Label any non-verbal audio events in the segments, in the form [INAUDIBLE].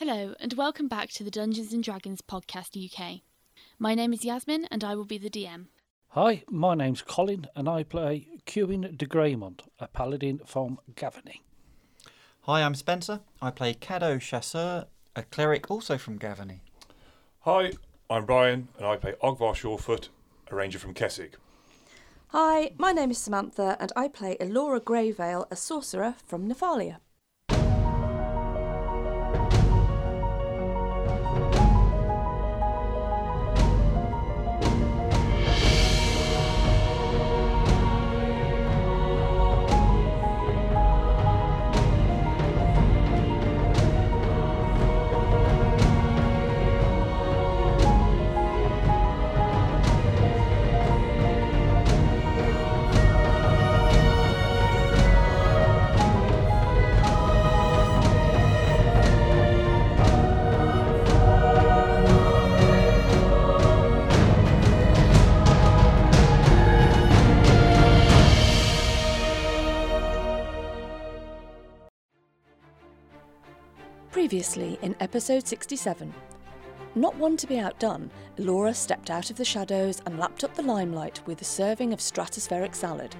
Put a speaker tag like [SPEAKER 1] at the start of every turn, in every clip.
[SPEAKER 1] Hello, and welcome back to the Dungeons and Dragons Podcast UK. My name is Yasmin, and I will be the DM.
[SPEAKER 2] Hi, my name's Colin, and I play Cuin de Greymont, a paladin from Gavany.
[SPEAKER 3] Hi, I'm Spencer. I play Caddo Chasseur, a cleric also from Gavany.
[SPEAKER 4] Hi, I'm Brian, and I play Ogvar Shawfoot, a ranger from Keswick.
[SPEAKER 5] Hi, my name is Samantha, and I play Elora Greyvale, a sorcerer from Nephalia. Previously in episode 67. Not one to be outdone, Elora stepped out of the shadows and lapped up the limelight with a serving of stratospheric salad.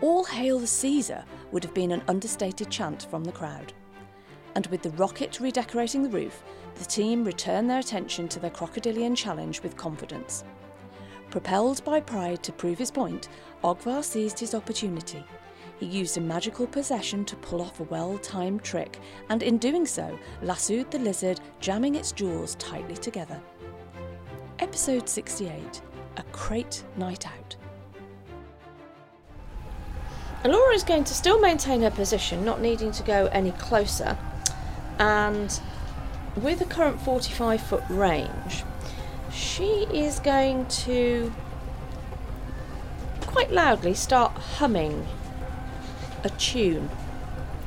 [SPEAKER 5] All hail the Caesar would have been an understated chant from the crowd. And with the rocket redecorating the roof, the team returned their attention to their crocodilian challenge with confidence. Propelled by pride to prove his point, Ogvar seized his opportunity. He used a magical possession to pull off a well timed trick, and in doing so, lassoed the lizard, jamming its jaws tightly together. Episode 68 A Crate Night Out.
[SPEAKER 6] Alora is going to still maintain her position, not needing to go any closer. And with a current 45 foot range, she is going to quite loudly start humming a tune.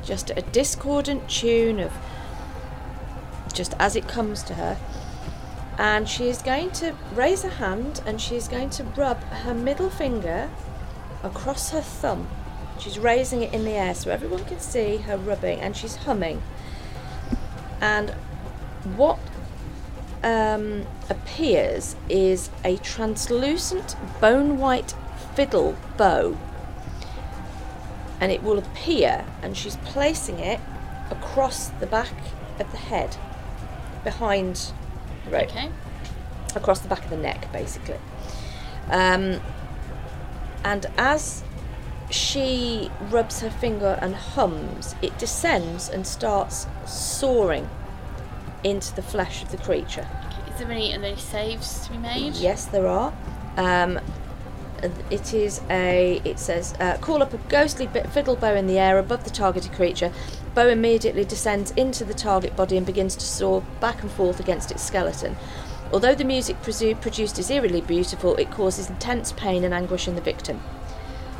[SPEAKER 6] Just a discordant tune of just as it comes to her. And she is going to raise her hand and she is going to rub her middle finger across her thumb. She's raising it in the air so everyone can see her rubbing and she's humming. And what um, appears is a translucent bone white fiddle bow. And it will appear, and she's placing it across the back of the head, behind the rope
[SPEAKER 1] Okay.
[SPEAKER 6] across the back of the neck, basically. Um, and as she rubs her finger and hums, it descends and starts soaring into the flesh of the creature.
[SPEAKER 1] okay. Is there any are there any saves to be made?
[SPEAKER 6] Yes, there are. Um, it is a. It says, uh, call up a ghostly bit fiddle bow in the air above the targeted creature. Bow immediately descends into the target body and begins to soar back and forth against its skeleton. Although the music presu- produced is eerily beautiful, it causes intense pain and anguish in the victim.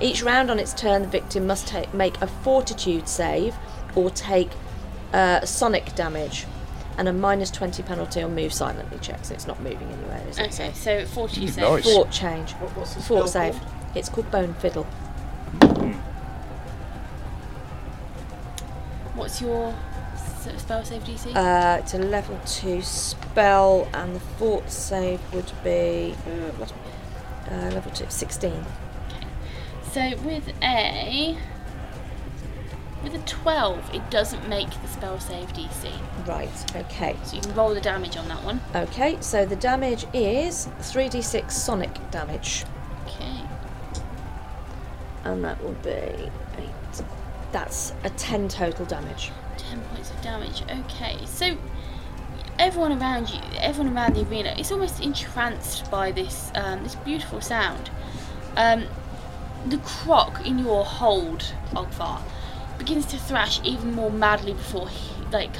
[SPEAKER 6] Each round on its turn, the victim must ta- make a fortitude save or take uh, sonic damage and a minus 20 penalty on move silently checks. It's not moving anywhere, is it?
[SPEAKER 1] Okay, so 40 saves.
[SPEAKER 4] nice.
[SPEAKER 6] Fort change.
[SPEAKER 3] what's the
[SPEAKER 6] Fort
[SPEAKER 3] spell
[SPEAKER 6] save. It's called Bone Fiddle.
[SPEAKER 1] What's your s- spell save DC?
[SPEAKER 6] Uh, it's a level 2 spell, and the fort save would be. Uh, I've lost my- uh, level 2, 16.
[SPEAKER 1] so with a with a 12, it doesn't make the spell save DC.
[SPEAKER 6] Right, okay.
[SPEAKER 1] So you can roll the damage on that one.
[SPEAKER 6] Okay, so the damage is 3d6 sonic damage,
[SPEAKER 1] Okay.
[SPEAKER 6] and that will be 8. That's a 10 total damage.
[SPEAKER 1] 10 points of damage. Okay, so everyone around you, everyone around the arena, is almost entranced by this um, this beautiful sound. Um, the croc in your hold, Ogvar, begins to thrash even more madly before he, like,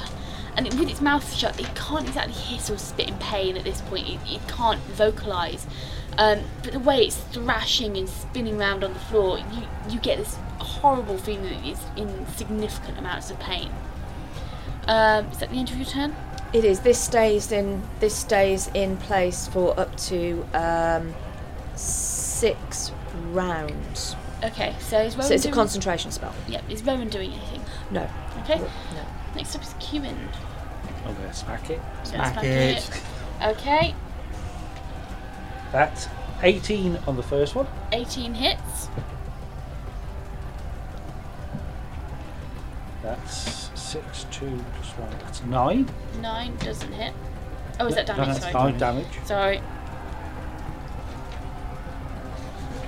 [SPEAKER 1] and it, with its mouth shut, it can't exactly hiss or spit in pain at this point. It, it can't vocalize. Um, but the way it's thrashing and spinning round on the floor, you, you get this horrible feeling that it's in significant amounts of pain. Um, is that the end of your turn?
[SPEAKER 6] It is. This stays in. This stays in place for up to um, six rounds.
[SPEAKER 1] Okay, so is Rowan
[SPEAKER 6] so it's a
[SPEAKER 1] doing...
[SPEAKER 6] concentration spell.
[SPEAKER 1] Yep, is Rowan doing anything?
[SPEAKER 6] No.
[SPEAKER 1] Okay.
[SPEAKER 6] No.
[SPEAKER 1] Next up is Cumin.
[SPEAKER 2] I'm going to smack it.
[SPEAKER 1] Don't
[SPEAKER 3] Smack
[SPEAKER 1] smack
[SPEAKER 3] it.
[SPEAKER 1] Okay,
[SPEAKER 2] That's 18 on the first one.
[SPEAKER 1] 18 hits.
[SPEAKER 2] That's 6, 2 plus 1. That's 9.
[SPEAKER 1] 9 doesn't hit. Oh, is that
[SPEAKER 2] No,
[SPEAKER 1] damage?
[SPEAKER 2] that's
[SPEAKER 1] Sorry.
[SPEAKER 2] 9 damage.
[SPEAKER 1] Sorry.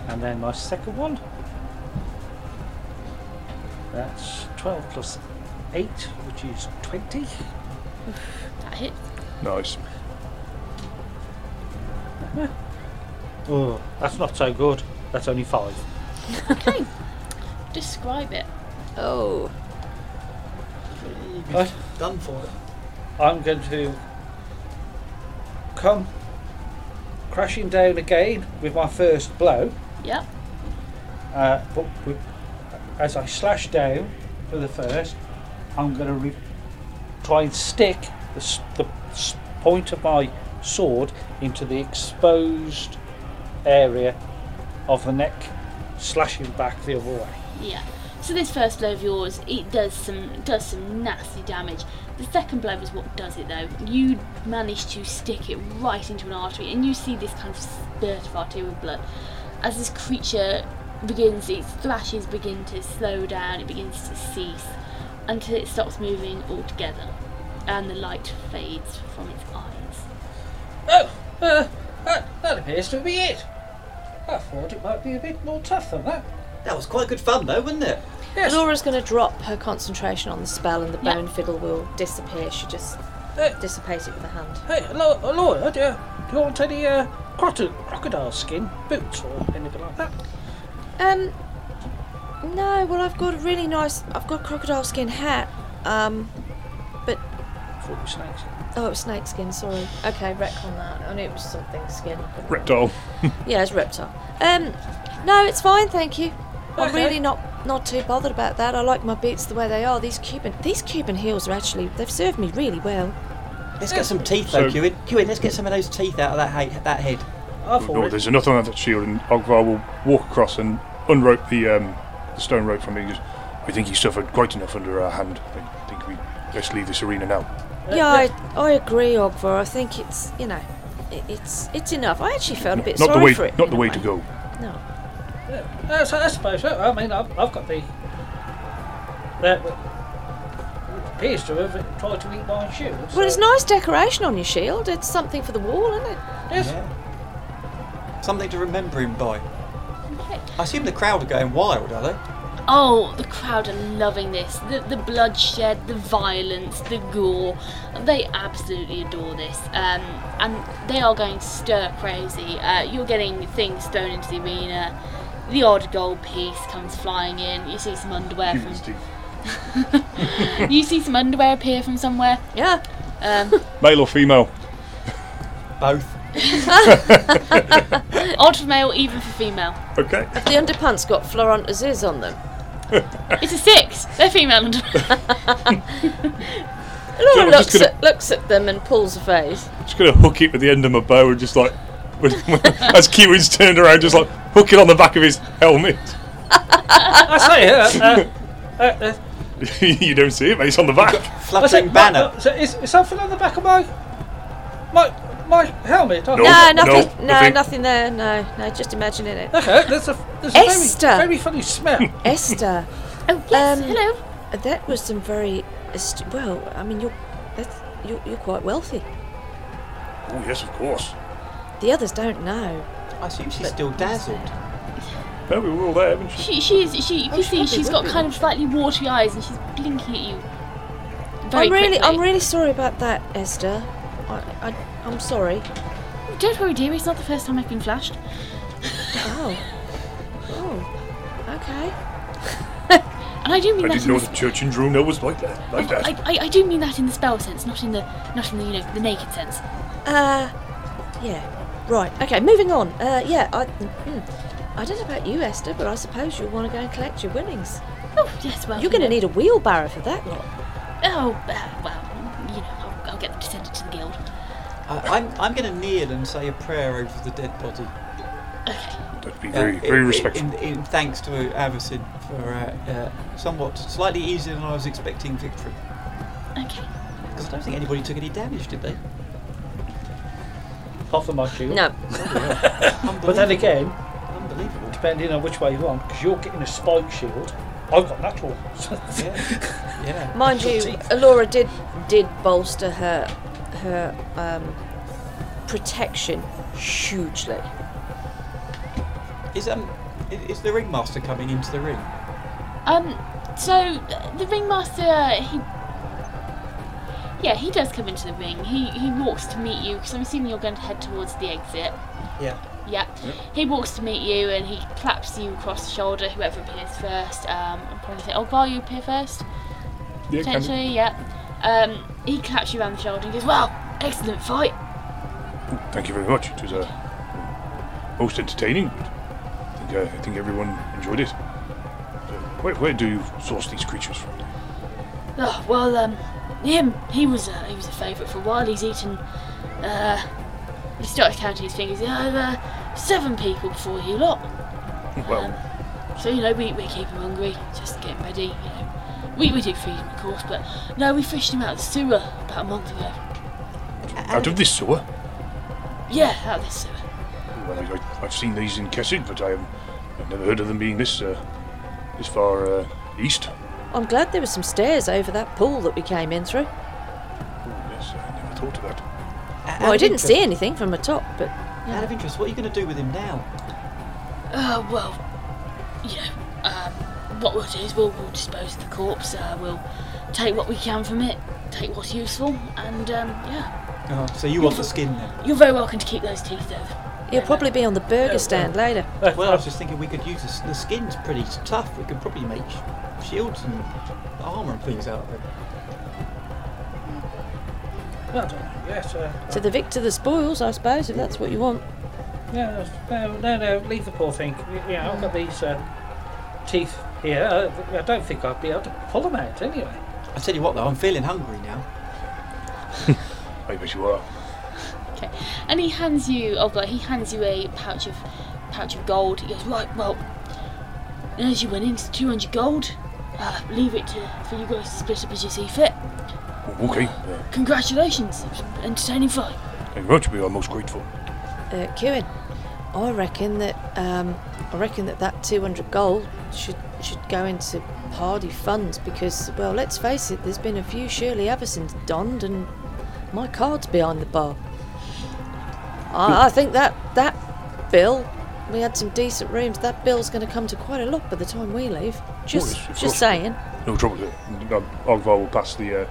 [SPEAKER 2] And then my second one. That's 12 plus 8, which is 20.
[SPEAKER 1] That hits.
[SPEAKER 4] Nice.
[SPEAKER 2] Oh, that's not so good. That's only 5.
[SPEAKER 1] Okay. Describe it.
[SPEAKER 6] Oh,
[SPEAKER 2] Right.
[SPEAKER 7] Done for.
[SPEAKER 2] I'm going to come crashing down again with my first blow.
[SPEAKER 1] Yep.
[SPEAKER 2] Uh, but with, as I slash down for the first, I'm going to re- try and stick the, s- the s- point of my sword into the exposed area of the neck, slashing back the other way.
[SPEAKER 1] Yeah. So this first blow of yours, it does some does some nasty damage. The second blow is what does it though. You manage to stick it right into an artery, and you see this kind of spurt of arterial blood as this creature begins. Its thrashes begin to slow down. It begins to cease until it stops moving altogether, and the light fades from its eyes.
[SPEAKER 2] Oh, uh, that, that appears to be it. I thought it might be a bit more tough than that.
[SPEAKER 7] That was quite good fun, though, wasn't it?
[SPEAKER 2] Yes.
[SPEAKER 6] Laura's going to drop her concentration on the spell, and the
[SPEAKER 1] Yeah.
[SPEAKER 6] bone fiddle will disappear. She just dissipates it with a hand.
[SPEAKER 2] Hey, Lo- uh, Laura, do you, do you want any uh, crocod- crocodile skin boots or anything like that?
[SPEAKER 6] Um, no. Well, I've got a really nice. I've got a crocodile skin hat. Um,
[SPEAKER 2] Thought you snakes.
[SPEAKER 6] oh, it was snake skin. Sorry. Okay, wreck on that. And it was something skin.
[SPEAKER 4] Reptile.
[SPEAKER 6] Yeah, it's reptile. Um, no, it's fine, thank you. I'm
[SPEAKER 2] Okay.
[SPEAKER 6] really not not too bothered about that. I like my boots the way they are. These Cuban these Cuban heels are actually they've served me really well.
[SPEAKER 7] Let's get some teeth, though,
[SPEAKER 4] So-
[SPEAKER 7] Kewin. Kewin, let's get some of those teeth out of that, ha- that head.
[SPEAKER 2] I've
[SPEAKER 4] No,
[SPEAKER 2] already.
[SPEAKER 4] there's another one that shield, and Ogvar will walk across and unrope the, um, the stone rope from me. Just, I think he suffered quite enough under our hand. I think we best leave this arena now.
[SPEAKER 6] Yeah, I, I agree, Ogvar. I think it's you know, it, it's it's enough. I actually felt a bit
[SPEAKER 4] not
[SPEAKER 6] sorry
[SPEAKER 4] the way,
[SPEAKER 6] for it.
[SPEAKER 4] not
[SPEAKER 6] in
[SPEAKER 4] the
[SPEAKER 6] a
[SPEAKER 4] way to go.
[SPEAKER 6] No.
[SPEAKER 2] Uh, so I suppose. uh, I mean, I've, I've got the. That uh, appears to have tried to eat my shoe.
[SPEAKER 6] Well, it's nice decoration on your shield. It's something for the wall, isn't it?
[SPEAKER 2] Yes.
[SPEAKER 7] Yeah. Something to remember him by.
[SPEAKER 1] Okay.
[SPEAKER 7] I assume the crowd are going wild, are they?
[SPEAKER 1] Oh, the crowd are loving this. The, the bloodshed, the violence, the gore. They absolutely adore this. Um, and they are going stir crazy. Uh, you're getting things thrown into the arena. The odd gold piece comes flying in. You see some underwear
[SPEAKER 4] Cuban's
[SPEAKER 1] from. [LAUGHS]
[SPEAKER 4] teeth.
[SPEAKER 1] you see some underwear appear from somewhere.
[SPEAKER 6] Yeah.
[SPEAKER 1] Um,
[SPEAKER 4] Male or female?
[SPEAKER 7] Both.
[SPEAKER 1] odd for male, even for female.
[SPEAKER 4] Okay.
[SPEAKER 6] The underpants got Florent Aziz on them.
[SPEAKER 1] It's a six. They're female underwear.
[SPEAKER 6] Laura
[SPEAKER 4] I'm
[SPEAKER 6] looks
[SPEAKER 4] just gonna-
[SPEAKER 6] at looks at them and pulls a face.
[SPEAKER 4] [LAUGHS] Just gonna hook it with the end of my bow and just like, [LAUGHS] as Kewin's turned around, just like hook it on the back of his helmet. [LAUGHS]
[SPEAKER 2] I say, uh, uh, uh,
[SPEAKER 4] [LAUGHS]
[SPEAKER 2] uh,
[SPEAKER 4] you don't see it, mate. It's on the back.
[SPEAKER 2] I say,
[SPEAKER 7] Fluttering
[SPEAKER 2] my-
[SPEAKER 7] banner.
[SPEAKER 2] uh, so is, is something on the back of my my my helmet? Oh,
[SPEAKER 4] No.
[SPEAKER 6] No, nothing.
[SPEAKER 4] no,
[SPEAKER 6] No,
[SPEAKER 4] nothing.
[SPEAKER 6] nothing there. No, no, just imagining it.
[SPEAKER 4] [LAUGHS]
[SPEAKER 2] Okay, there's a there's a
[SPEAKER 6] Esther.
[SPEAKER 2] very, very funny smell.
[SPEAKER 6] Esther.
[SPEAKER 1] oh, yes.
[SPEAKER 6] Um,
[SPEAKER 1] hello.
[SPEAKER 6] That was some very astu- well. I mean, you're that's you're, you're quite wealthy.
[SPEAKER 4] Oh yes, of course.
[SPEAKER 6] The others don't know.
[SPEAKER 7] I assume she's still dazzled.
[SPEAKER 4] No, we were all there, weren't we?
[SPEAKER 1] She, she's, she, you
[SPEAKER 7] Oh,
[SPEAKER 1] can
[SPEAKER 7] she
[SPEAKER 1] see
[SPEAKER 7] probably
[SPEAKER 1] she's
[SPEAKER 7] would
[SPEAKER 1] got kind
[SPEAKER 7] be,
[SPEAKER 1] of
[SPEAKER 7] wouldn't she?
[SPEAKER 1] slightly watery eyes and she's blinking at you. Very
[SPEAKER 6] I'm Oh, really,
[SPEAKER 1] quickly.
[SPEAKER 6] I'm really sorry about that, Esther. I, I, I'm sorry.
[SPEAKER 1] Don't worry, dear, it's not the first time I've been flashed.
[SPEAKER 6] Oh, oh, okay.
[SPEAKER 1] And I do mean
[SPEAKER 4] I
[SPEAKER 1] that
[SPEAKER 4] didn't
[SPEAKER 1] in
[SPEAKER 4] know
[SPEAKER 1] the,
[SPEAKER 4] the church in Drumna was like that. Like that.
[SPEAKER 1] I, I, I do mean that in the spell sense, not in the not in the you know the naked sense.
[SPEAKER 6] Uh, yeah, right. Okay, moving on. Uh, yeah, I, mm, I don't know about you, Esther, but I suppose you'll want to go and collect your winnings.
[SPEAKER 1] Oh yes, well
[SPEAKER 6] You're going to
[SPEAKER 1] you know-
[SPEAKER 6] need a wheelbarrow for that lot.
[SPEAKER 1] Oh uh, well, you know I'll, I'll get them to send it to the guild.
[SPEAKER 7] I, I'm, I'm going to kneel and say a prayer over the dead body.
[SPEAKER 4] That'd be
[SPEAKER 7] Uh,
[SPEAKER 4] very,
[SPEAKER 7] in-
[SPEAKER 4] very
[SPEAKER 7] in-
[SPEAKER 4] respectful.
[SPEAKER 7] In, in thanks to Avison for uh, uh, somewhat slightly easier than I was expecting victory.
[SPEAKER 1] Okay.
[SPEAKER 7] Because Because I don't think anybody took any damage, did they?
[SPEAKER 2] Apart from my shield.
[SPEAKER 6] No.
[SPEAKER 2] But then again,
[SPEAKER 7] Unbelievable.
[SPEAKER 2] depending on which way you want, because you're getting a spike shield, I've got natural ones. [LAUGHS]
[SPEAKER 7] Yeah. yeah.
[SPEAKER 6] Mind you,
[SPEAKER 1] [LAUGHS]
[SPEAKER 6] Alora did did bolster her her um, protection hugely.
[SPEAKER 7] Is um, i- is the ringmaster coming into the ring?
[SPEAKER 1] Um, so th- the ringmaster, uh, he, yeah, he does come into the ring. He he walks to meet you because I'm assuming you're going to head towards the exit.
[SPEAKER 7] Yeah.
[SPEAKER 1] Yep. He walks to meet you and he claps you across the shoulder. Whoever appears first, um, I'm probably say, oh, Gar, you appear first.
[SPEAKER 4] Yeah, can-
[SPEAKER 1] Potentially, yep. Um, he claps you around the shoulder and goes, wow, excellent fight.
[SPEAKER 4] Thank you very much. It was uh, most entertaining. I think, uh, I think everyone enjoyed it. So where, where do you source these creatures from?
[SPEAKER 1] Oh, well, um, him, he was uh, he was a favourite for a while. He's eaten. Uh, he started counting his fingers. Uh, uh, seven people before you lot.
[SPEAKER 6] Uh,
[SPEAKER 4] Well,
[SPEAKER 1] So you know, we, we keep him hungry, just get him ready. You know, we we do feed him, of course, but no, we fished him out of the sewer about a month ago.
[SPEAKER 4] out of this sewer.
[SPEAKER 1] Yeah, out of the sewer.
[SPEAKER 4] Well, I, I, I've seen these in Kessid, but I have, I've never heard of them being this uh, this far uh, east.
[SPEAKER 6] I'm glad there were some stairs over that pool that we came in through.
[SPEAKER 4] Yes, I never thought of that.
[SPEAKER 6] Well, I didn't see anything from the top, but
[SPEAKER 7] Out of interest, what are you going to do with him now?
[SPEAKER 1] Uh, well, you know, um, what we'll do is we'll, we'll dispose of the corpse. Uh, we'll take what we can from it, take what's useful, and um, yeah,
[SPEAKER 7] Oh, so you want the skin then?
[SPEAKER 1] you're very welcome to keep those teeth though.
[SPEAKER 6] he'll probably be on the burger stand later.
[SPEAKER 7] Well, I was just thinking we could use the, s- the skin's pretty tough. We could probably make sh- shields and armor and things out of it.
[SPEAKER 2] No, I don't know. yes, uh,
[SPEAKER 6] So the victor the spoils, I suppose, if that's what you want.
[SPEAKER 2] no, no, no, no, leave the poor thing. Yeah, I've got these uh, teeth here. Uh, I don't think I'd be able to pull them out anyway.
[SPEAKER 7] I tell you what though, I'm feeling hungry now.
[SPEAKER 4] I bet you are.
[SPEAKER 1] Okay, and he hands you. Oh god, he hands you a pouch of pouch of gold. He goes right. Well, as you went in, it's two hundred gold. Uh, leave it to, for you guys to split up as you see fit.
[SPEAKER 4] Oh, okay, uh,
[SPEAKER 1] Congratulations, it was an entertaining fight.
[SPEAKER 4] thank you very much. We are most grateful.
[SPEAKER 6] Uh, Kieran, I reckon that um, I reckon that that 200 gold should should go into party funds because, well, let's face it, there's been a few Shirley Everson's donned, and my card's behind the bar. I, I think that that bill. We had some decent rooms. That bill's going to come to quite a lot by the time we leave. Just,
[SPEAKER 4] yes, of course.
[SPEAKER 6] just saying.
[SPEAKER 4] No trouble. uh, um, Ogvar will pass the uh,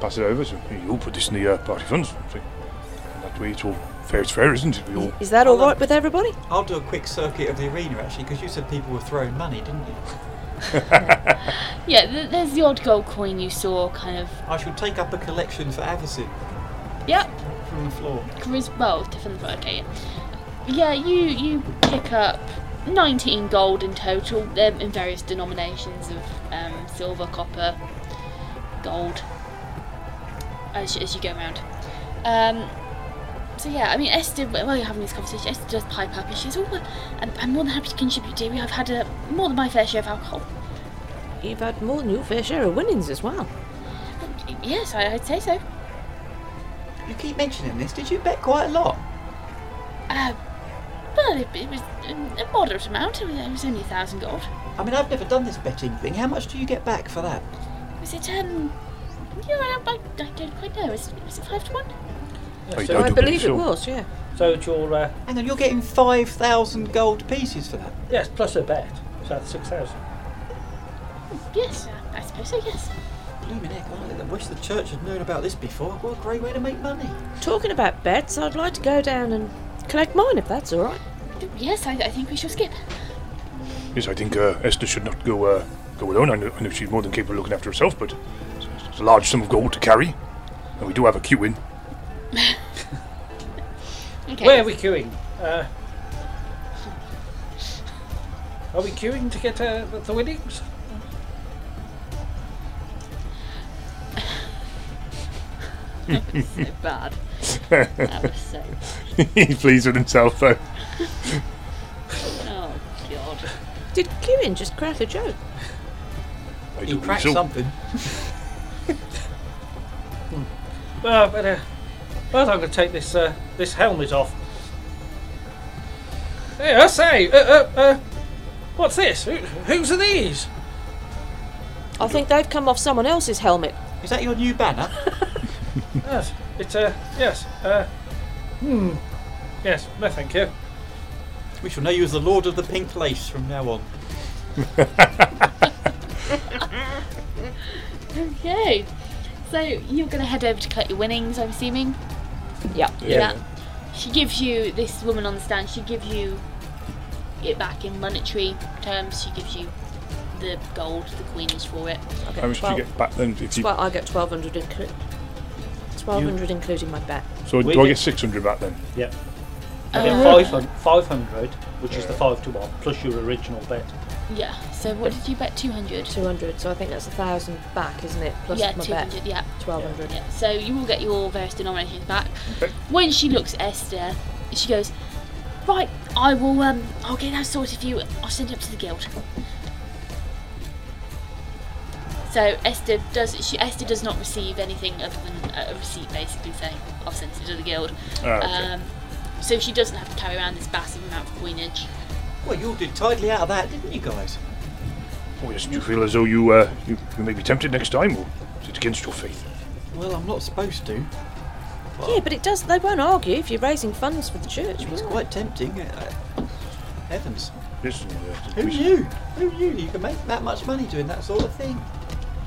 [SPEAKER 4] pass it over. So you'll put this in the uh, party funds. So that way it's all fair. It's fair, isn't it? We all
[SPEAKER 6] Is that all right with everybody?
[SPEAKER 7] I'll do a quick circuit of the arena actually, because you said people were throwing money, didn't you?
[SPEAKER 1] Yeah, th- there's the odd gold coin you saw, kind of.
[SPEAKER 7] I shall take up a collection for Avison
[SPEAKER 1] Yep,
[SPEAKER 7] from the floor.
[SPEAKER 1] charisma. Well, different. Okay, yeah. Yeah, you you pick up nineteen gold in total, um, in various denominations of um, silver, copper, gold. as, as you go around. Um, so yeah, I mean, Esther, while you're having this conversation, Esther does pipe up and she says, "Oh, well, I'm, I'm more than happy to contribute, dearie. I've had a, more than my fair share of alcohol."
[SPEAKER 6] You've had more than your fair share of winnings as well.
[SPEAKER 1] Yes, I, I'd say so.
[SPEAKER 7] You keep mentioning this. Did you bet quite a lot?
[SPEAKER 1] Uh, well, it, it was um, a moderate amount. It was, it was only a thousand gold.
[SPEAKER 7] I mean, I've never done this betting thing. How much do you get back for that?
[SPEAKER 1] Was it um? Yeah, I, I, I don't quite know. Was, was it five to one?
[SPEAKER 4] I
[SPEAKER 2] so,
[SPEAKER 4] don't-
[SPEAKER 6] I
[SPEAKER 4] do believe
[SPEAKER 6] believe it
[SPEAKER 4] so.
[SPEAKER 6] was, yeah.
[SPEAKER 2] so it's your uh,
[SPEAKER 7] Hang on, you're getting 5,000 gold pieces for that.
[SPEAKER 2] yes plus a bet. So that's six thousand.
[SPEAKER 1] Yes, uh, I suppose so. Yes.
[SPEAKER 7] Blooming heck, I wish the church had known about this before. What a great way to make money.
[SPEAKER 6] Talking about bets, I'd like to go down and collect mine if that's all right.
[SPEAKER 1] Yes, I, I think we shall skip.
[SPEAKER 4] Yes, I think uh, Esther should not go uh, go alone. I know, I know she's more than capable of looking after herself, but it's, it's a large sum of gold to carry, and we do have a queue in.
[SPEAKER 1] Okay.
[SPEAKER 2] Where are we queuing? Uh, are we queuing to get uh, the- the winnings?
[SPEAKER 1] so [LAUGHS] bad. that was so.
[SPEAKER 4] [LAUGHS] He's pleased with himself, though.
[SPEAKER 1] Oh God.
[SPEAKER 6] Did Kieran just crack a joke?
[SPEAKER 4] I
[SPEAKER 7] You
[SPEAKER 4] do believe
[SPEAKER 7] cracked
[SPEAKER 4] so.
[SPEAKER 7] something.
[SPEAKER 2] Well, I better. Well, I'm going to take this uh, this helmet off. Hey, I say, uh, uh, uh, what's this? Who, whose are these?
[SPEAKER 6] I think they've come off someone else's helmet.
[SPEAKER 7] Is that your new banner?
[SPEAKER 2] Yes, it's uh, yes, uh, hmm, yes, no, thank you.
[SPEAKER 7] [LAUGHS] we shall know you as the Lord of the Pink Lace from now on.
[SPEAKER 1] Okay. So you're going to head over to collect your winnings, I'm assuming.
[SPEAKER 6] Yeah.
[SPEAKER 1] Yeah. She gives you this woman on the stand. She gives you it back in monetary terms. She gives you the gold, the queens for it.
[SPEAKER 6] Okay.
[SPEAKER 4] How much do you get back then? If you,
[SPEAKER 6] Well, I get 1200 inclu- 1200 including my bet.
[SPEAKER 4] so
[SPEAKER 2] we
[SPEAKER 4] do I
[SPEAKER 2] get-
[SPEAKER 4] get 600 back then?
[SPEAKER 2] Yep.
[SPEAKER 1] Uh,
[SPEAKER 2] five hundred, which is the five to one plus your original bet.
[SPEAKER 1] Yeah. So what did you bet? Two hundred.
[SPEAKER 6] 200, so I think that's a thousand back, isn't it? Plus
[SPEAKER 1] Yeah,
[SPEAKER 6] my
[SPEAKER 1] two
[SPEAKER 6] bet.
[SPEAKER 1] hundred. Yeah.
[SPEAKER 6] 1200.
[SPEAKER 1] Yeah, so you will get your various denominations back. When she looks at Esther, she goes, "Right, I will. Um, I'll get that sorted for you. I'll send it up to the guild." So Esther does. She, Esther does not receive anything other than a receipt, basically saying, "I'll send it to the guild."
[SPEAKER 4] Ah, okay.
[SPEAKER 1] Um, so she doesn't have to carry around this massive amount of coinage.
[SPEAKER 7] Well, you all did tidily out of that, didn't you guys?
[SPEAKER 4] Oh, yes, do you feel as though you, uh, you, you may be tempted next time, or is it against your faith?
[SPEAKER 7] Well, I'm not supposed to.
[SPEAKER 6] Yeah, but it does. They won't argue if you're raising funds for the church.
[SPEAKER 7] It
[SPEAKER 6] will
[SPEAKER 7] was
[SPEAKER 6] they?
[SPEAKER 7] quite tempting. Uh, heavens.
[SPEAKER 4] Yes, and, uh,
[SPEAKER 7] Who
[SPEAKER 4] we-
[SPEAKER 7] knew? Who knew you could make that much money doing that sort of thing?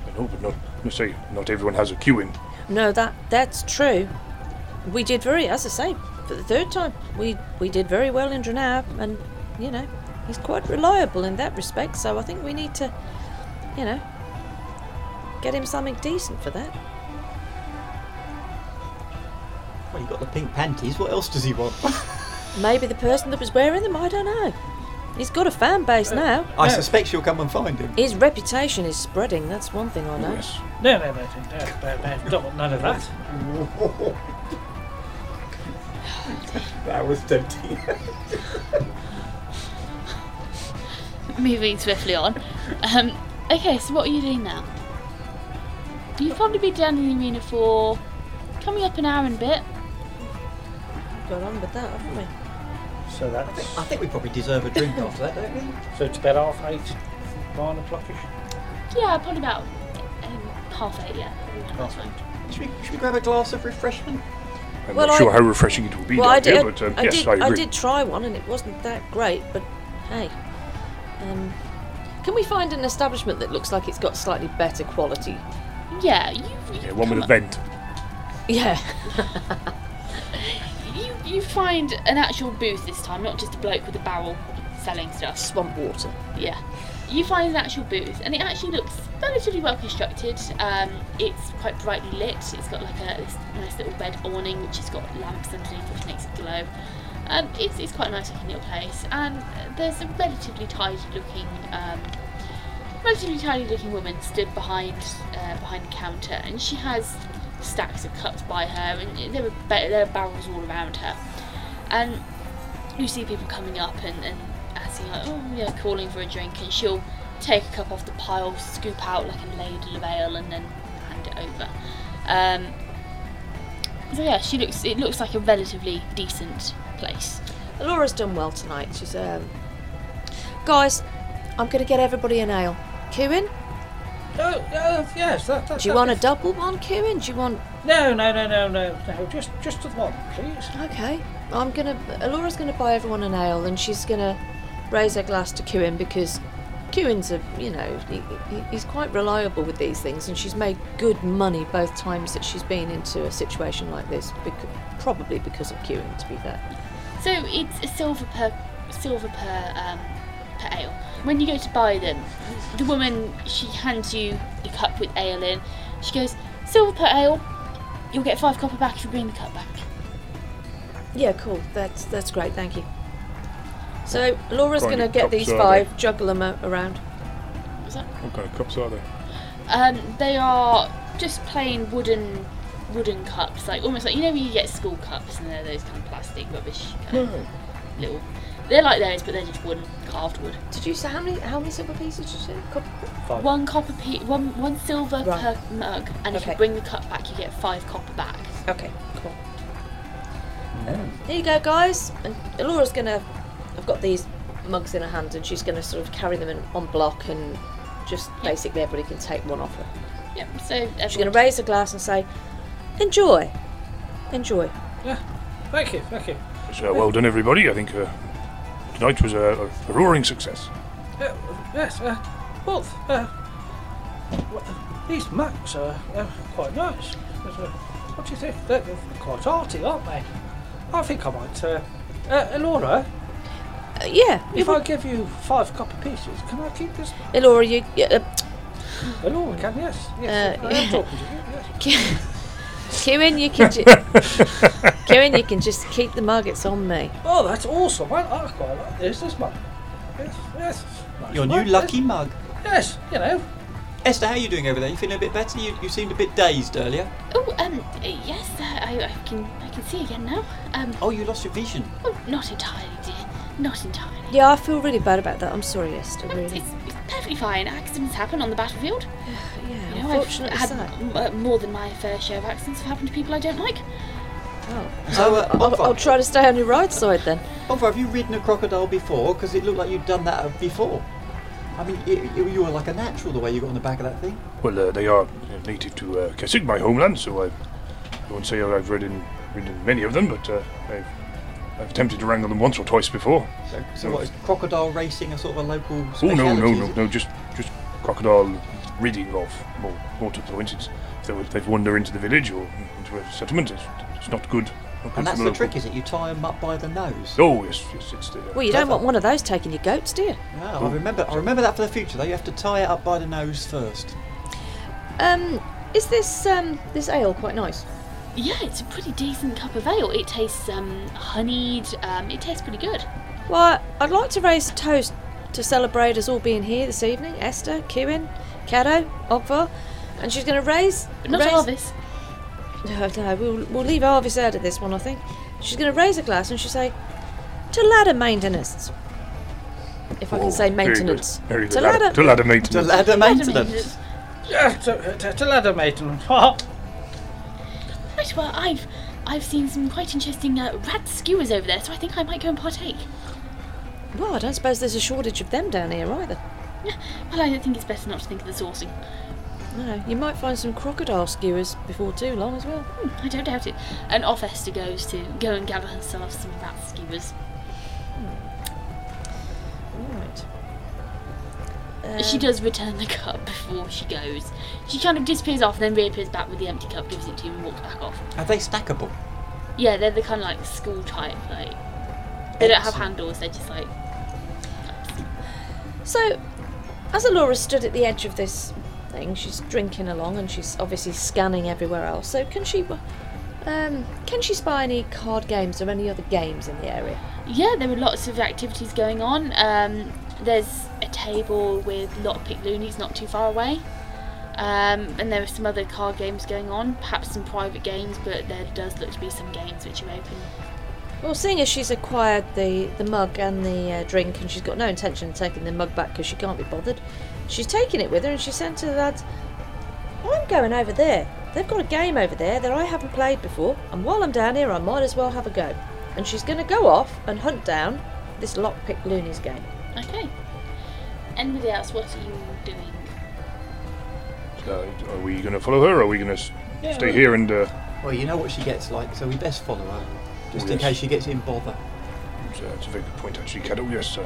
[SPEAKER 4] I know, but not, let's say, not everyone has a queue in.
[SPEAKER 6] No, that that's true. We did very, as I say, for the third time, we we did very well in Drenab, and you know, he's quite reliable in that respect. So I think we need to, you know, get him something decent for that.
[SPEAKER 7] Well, you got the pink panties. What else does
[SPEAKER 8] [LAUGHS]
[SPEAKER 7] he want?
[SPEAKER 6] Maybe the person that was wearing them, I don't know. He's got a fan base now.
[SPEAKER 7] I suspect you'll come and find him.
[SPEAKER 6] His reputation is spreading. That's one thing I know.
[SPEAKER 4] Yes.
[SPEAKER 2] No, no, no, no, no, no, no, don't want none of that.
[SPEAKER 8] That was tempting.
[SPEAKER 1] Moving swiftly on. Um, okay, so what are you doing now? You've probably been down in the arena for coming up an hour and a bit.
[SPEAKER 6] Got on with that, haven't we?
[SPEAKER 2] So that's
[SPEAKER 6] Uh,
[SPEAKER 7] I think we probably deserve a drink after that, don't we?
[SPEAKER 2] so it's about half eight, nine o'clockish.
[SPEAKER 1] Yeah, probably about um, half eight, yeah. That's fine.
[SPEAKER 7] Should we, should we grab a glass of refreshment?
[SPEAKER 4] I'm
[SPEAKER 6] Well,
[SPEAKER 4] not
[SPEAKER 6] I-
[SPEAKER 4] sure how refreshing it will be
[SPEAKER 6] Well, I
[SPEAKER 4] down
[SPEAKER 6] did.
[SPEAKER 4] here, but um,
[SPEAKER 6] I,
[SPEAKER 4] yes,
[SPEAKER 6] did
[SPEAKER 4] I agree.
[SPEAKER 6] did try one, and it wasn't that great. But hey, um, can we find an establishment that looks like it's got slightly better quality? [LAUGHS]
[SPEAKER 1] Yeah, you, you,
[SPEAKER 4] Yeah, one
[SPEAKER 1] come
[SPEAKER 4] with a
[SPEAKER 1] up-
[SPEAKER 4] vent.
[SPEAKER 6] Yeah.
[SPEAKER 1] you, you find an actual booth this time, not just a bloke with a barrel selling stuff.
[SPEAKER 6] Swamp water.
[SPEAKER 1] Yeah. You find an actual booth, and it actually looks relatively well constructed. Um, it's quite brightly lit. It's got like a this nice little red awning, which has got lamps underneath, which makes it glow. Um, it's, it's quite a nice looking little place, and there's a relatively tidy looking, um, relatively tidy looking woman stood behind uh, behind the counter, and she has stacks of cups by her, and there are, ba- there are barrels all around her, Um, and you see people coming up and, and asking, like, oh, you know, calling for a drink, and she'll take a cup off the pile, scoop out like a ladle of ale, and then hand it over. Um, so yeah, she looks. It looks like a relatively decent place.
[SPEAKER 6] Laura's done well tonight. She's um, guys, I'm gonna get everybody an ale. Kewin,
[SPEAKER 2] Oh, oh yes, that, that,
[SPEAKER 6] do you
[SPEAKER 2] that-
[SPEAKER 6] want a double one, Kewin? Do you want?
[SPEAKER 2] No, no, no, no, no, no. Just, just the one, please.
[SPEAKER 6] Okay. I'm gonna. Laura's gonna buy everyone an ale, and she's gonna raise her glass to Kewin because Kewin's a, you know, he, he- he's quite reliable with these things, and she's made good money both times that she's been into a situation like this, becau- probably because of Kewin, to be fair.
[SPEAKER 1] So it's a silver per silver per um, per ale. When you go to buy them, the woman she hands you the cup with ale in. She goes silver per ale. You'll get five copper back if you bring the cup back.
[SPEAKER 6] Yeah, cool. That's that's great. Thank you. So Laura's
[SPEAKER 4] Trying
[SPEAKER 6] gonna
[SPEAKER 4] to
[SPEAKER 6] get
[SPEAKER 4] top
[SPEAKER 6] these
[SPEAKER 4] serve
[SPEAKER 6] five, juggle them around.
[SPEAKER 1] Was that?
[SPEAKER 4] What kind of cups are they?
[SPEAKER 1] Um, they are just plain wooden wooden cups, like almost like you know when you get school cups and they're those kind of plastic rubbish kind of
[SPEAKER 6] Hmm.
[SPEAKER 1] little. They're like those, but they're just wooden, carved wood.
[SPEAKER 6] Did you say how many how many silver pieces did you say? Couple?
[SPEAKER 2] Five.
[SPEAKER 1] One copper, pe- one one silver
[SPEAKER 6] Right.
[SPEAKER 1] per mug, and if you
[SPEAKER 6] Okay.
[SPEAKER 1] bring the cup back, you get five copper back.
[SPEAKER 6] Okay, cool. There you go, guys. And Laura's gonna. I've got these mugs in her hand, and she's gonna sort of carry them in, on block, and just basically everybody can take one off her.
[SPEAKER 1] Yep. So everyone
[SPEAKER 6] She's gonna raise a glass and say, "Enjoy, enjoy." Uh,
[SPEAKER 2] Uh, Thank you, thank you.
[SPEAKER 4] So, uh, well done, everybody. I think uh, tonight was a, a roaring success.
[SPEAKER 2] Uh, yes, uh, both. Uh, w- uh, these maps are, are quite nice. There's a- what do you think? They're, they're quite arty, aren't they? I think I might. Uh, uh, Elora,
[SPEAKER 6] Uh, yeah,
[SPEAKER 2] if I give you five copper pieces, can I keep this?
[SPEAKER 6] Laura, you. yeah, Uh,
[SPEAKER 2] Elora can, yes. Yes,
[SPEAKER 6] Uh,
[SPEAKER 2] I am
[SPEAKER 6] yeah.
[SPEAKER 2] talking to you. Yes.
[SPEAKER 6] Kieran, you can. Ju- Kieran, you can just keep the mug. It's on me.
[SPEAKER 2] Oh, that's awesome. I, I quite like this. This mug. Yes, yes. Nice
[SPEAKER 7] Your
[SPEAKER 2] mug,
[SPEAKER 7] new
[SPEAKER 2] yes.
[SPEAKER 7] lucky mug.
[SPEAKER 2] Yes, you know.
[SPEAKER 7] Esther, how are you doing over there? You feeling a bit better? You, you seemed a bit dazed earlier.
[SPEAKER 1] Oh, um, uh, yes, uh, I, I can, I can see again now. Um,
[SPEAKER 7] Oh, you lost your vision.
[SPEAKER 1] oh, not entirely, dear, not entirely.
[SPEAKER 6] Yeah, I feel really bad about that. I'm sorry, Esther.
[SPEAKER 1] It's,
[SPEAKER 6] Really.
[SPEAKER 1] it's, it's perfectly fine. Accidents happen on the battlefield.
[SPEAKER 6] Yeah,
[SPEAKER 1] You know, I've
[SPEAKER 6] unfortunately
[SPEAKER 1] had
[SPEAKER 6] so.
[SPEAKER 1] m- uh, more than my fair share of accidents have happened to people I don't like.
[SPEAKER 7] So, uh,
[SPEAKER 6] I'll,
[SPEAKER 7] Bonfire,
[SPEAKER 6] I'll try to stay on your right side then.
[SPEAKER 7] Bonfire, have you ridden a crocodile before? Because it looked like you'd done that before. I mean, it, it- you were like a natural the way you got on the back of that thing.
[SPEAKER 4] Well, uh, they are uh, native to uh, Keswick, my homeland, so I, I won't say I've ridden, ridden many of them, but uh, I've, I've attempted to wrangle them once or twice before.
[SPEAKER 7] So, so what is crocodile racing a sort of a local
[SPEAKER 4] Oh
[SPEAKER 7] speciality?
[SPEAKER 4] no, no,
[SPEAKER 7] is
[SPEAKER 4] no,
[SPEAKER 7] it?
[SPEAKER 4] no! Just, just crocodile ridding of more, more to the point. It's if they, would- they'd wander into the village or into a settlement. It's, it's not good. Not good
[SPEAKER 7] And that's
[SPEAKER 4] for
[SPEAKER 7] the
[SPEAKER 4] local-
[SPEAKER 7] trick, is it? You tie them up by the nose.
[SPEAKER 4] Oh yes, yes, it's the.
[SPEAKER 6] Well, you don't want one of those taking your goats, do you?
[SPEAKER 7] Yeah, Ah, I remember. I remember that for the future. Though you have to tie it up by the nose first.
[SPEAKER 6] Um, is this um this ale quite nice?
[SPEAKER 1] Yeah, it's a pretty decent cup of ale. It tastes um, honeyed. Um, it tastes pretty good.
[SPEAKER 6] Well, I'd like to raise a toast to celebrate us all being here this evening. Esther, Kieran, Cado, Ogvar, and she's going to raise.
[SPEAKER 1] But not
[SPEAKER 6] raise,
[SPEAKER 1] all this.
[SPEAKER 6] No, no, we'll, we'll leave Arvis out of this one, I think. She's going to raise a glass and she'll say, "To ladder maintenance." If I can say maintenance.
[SPEAKER 4] oh, Very good.
[SPEAKER 6] To
[SPEAKER 4] Ladder-
[SPEAKER 6] ladder.
[SPEAKER 4] To ladder
[SPEAKER 7] The
[SPEAKER 4] maintenance.
[SPEAKER 7] ladder
[SPEAKER 1] Maintenance.
[SPEAKER 7] maintenance.
[SPEAKER 2] Yeah, to, to, to ladder maiden. Ha!
[SPEAKER 1] Right, well, I've, I've seen some quite interesting uh, rat skewers over there, so I think I might go and partake.
[SPEAKER 6] Well, I don't suppose there's a shortage of them down here either.
[SPEAKER 1] Yeah, Well, I think it's better not to think of the sourcing.
[SPEAKER 6] No, you might find some crocodile skewers before too long as well.
[SPEAKER 1] Hmm, I don't doubt it. And off Esther goes to go and gather herself some rat skewers.
[SPEAKER 6] Right. Uh.
[SPEAKER 1] she does return the cup before she goes. She kind of disappears off, and then reappears back with the empty cup, gives it to you, and walks back off.
[SPEAKER 7] Are they stackable?
[SPEAKER 1] Yeah, they're the kind of like school type, like they don't have
[SPEAKER 7] Excellent.
[SPEAKER 1] handles. They're just like
[SPEAKER 6] So, as Alora stood at the edge of this thing, she's drinking along and she's obviously scanning everywhere else. So, can she, um, can she spy any card games or any other games in the area?
[SPEAKER 1] yeah, there were lots of activities going on. Um, there's a table with lockpick loonies not too far away. Um, and there are some other card games going on, perhaps some private games, but there does look to be some games which are open.
[SPEAKER 6] Well, seeing as she's acquired the the mug and the uh, drink, and she's got no intention of taking the mug back because she can't be bothered, she's taking it with her, and she said to the lads, "I'm going over there. They've got a game over there that I haven't played before, and while I'm down here, I might as well have a go." And she's going to go off and hunt down this lockpick loonies game.
[SPEAKER 1] Okay. Anybody else? What are you doing?
[SPEAKER 4] Uh, are we going to follow her? Or are we going to stay here and uh,
[SPEAKER 7] Well, you know what she gets like, so we best follow her, just in
[SPEAKER 4] Yes.
[SPEAKER 7] case she gets in bother.
[SPEAKER 4] It's, uh, it's a very good point, actually, Caddo. Yes, uh,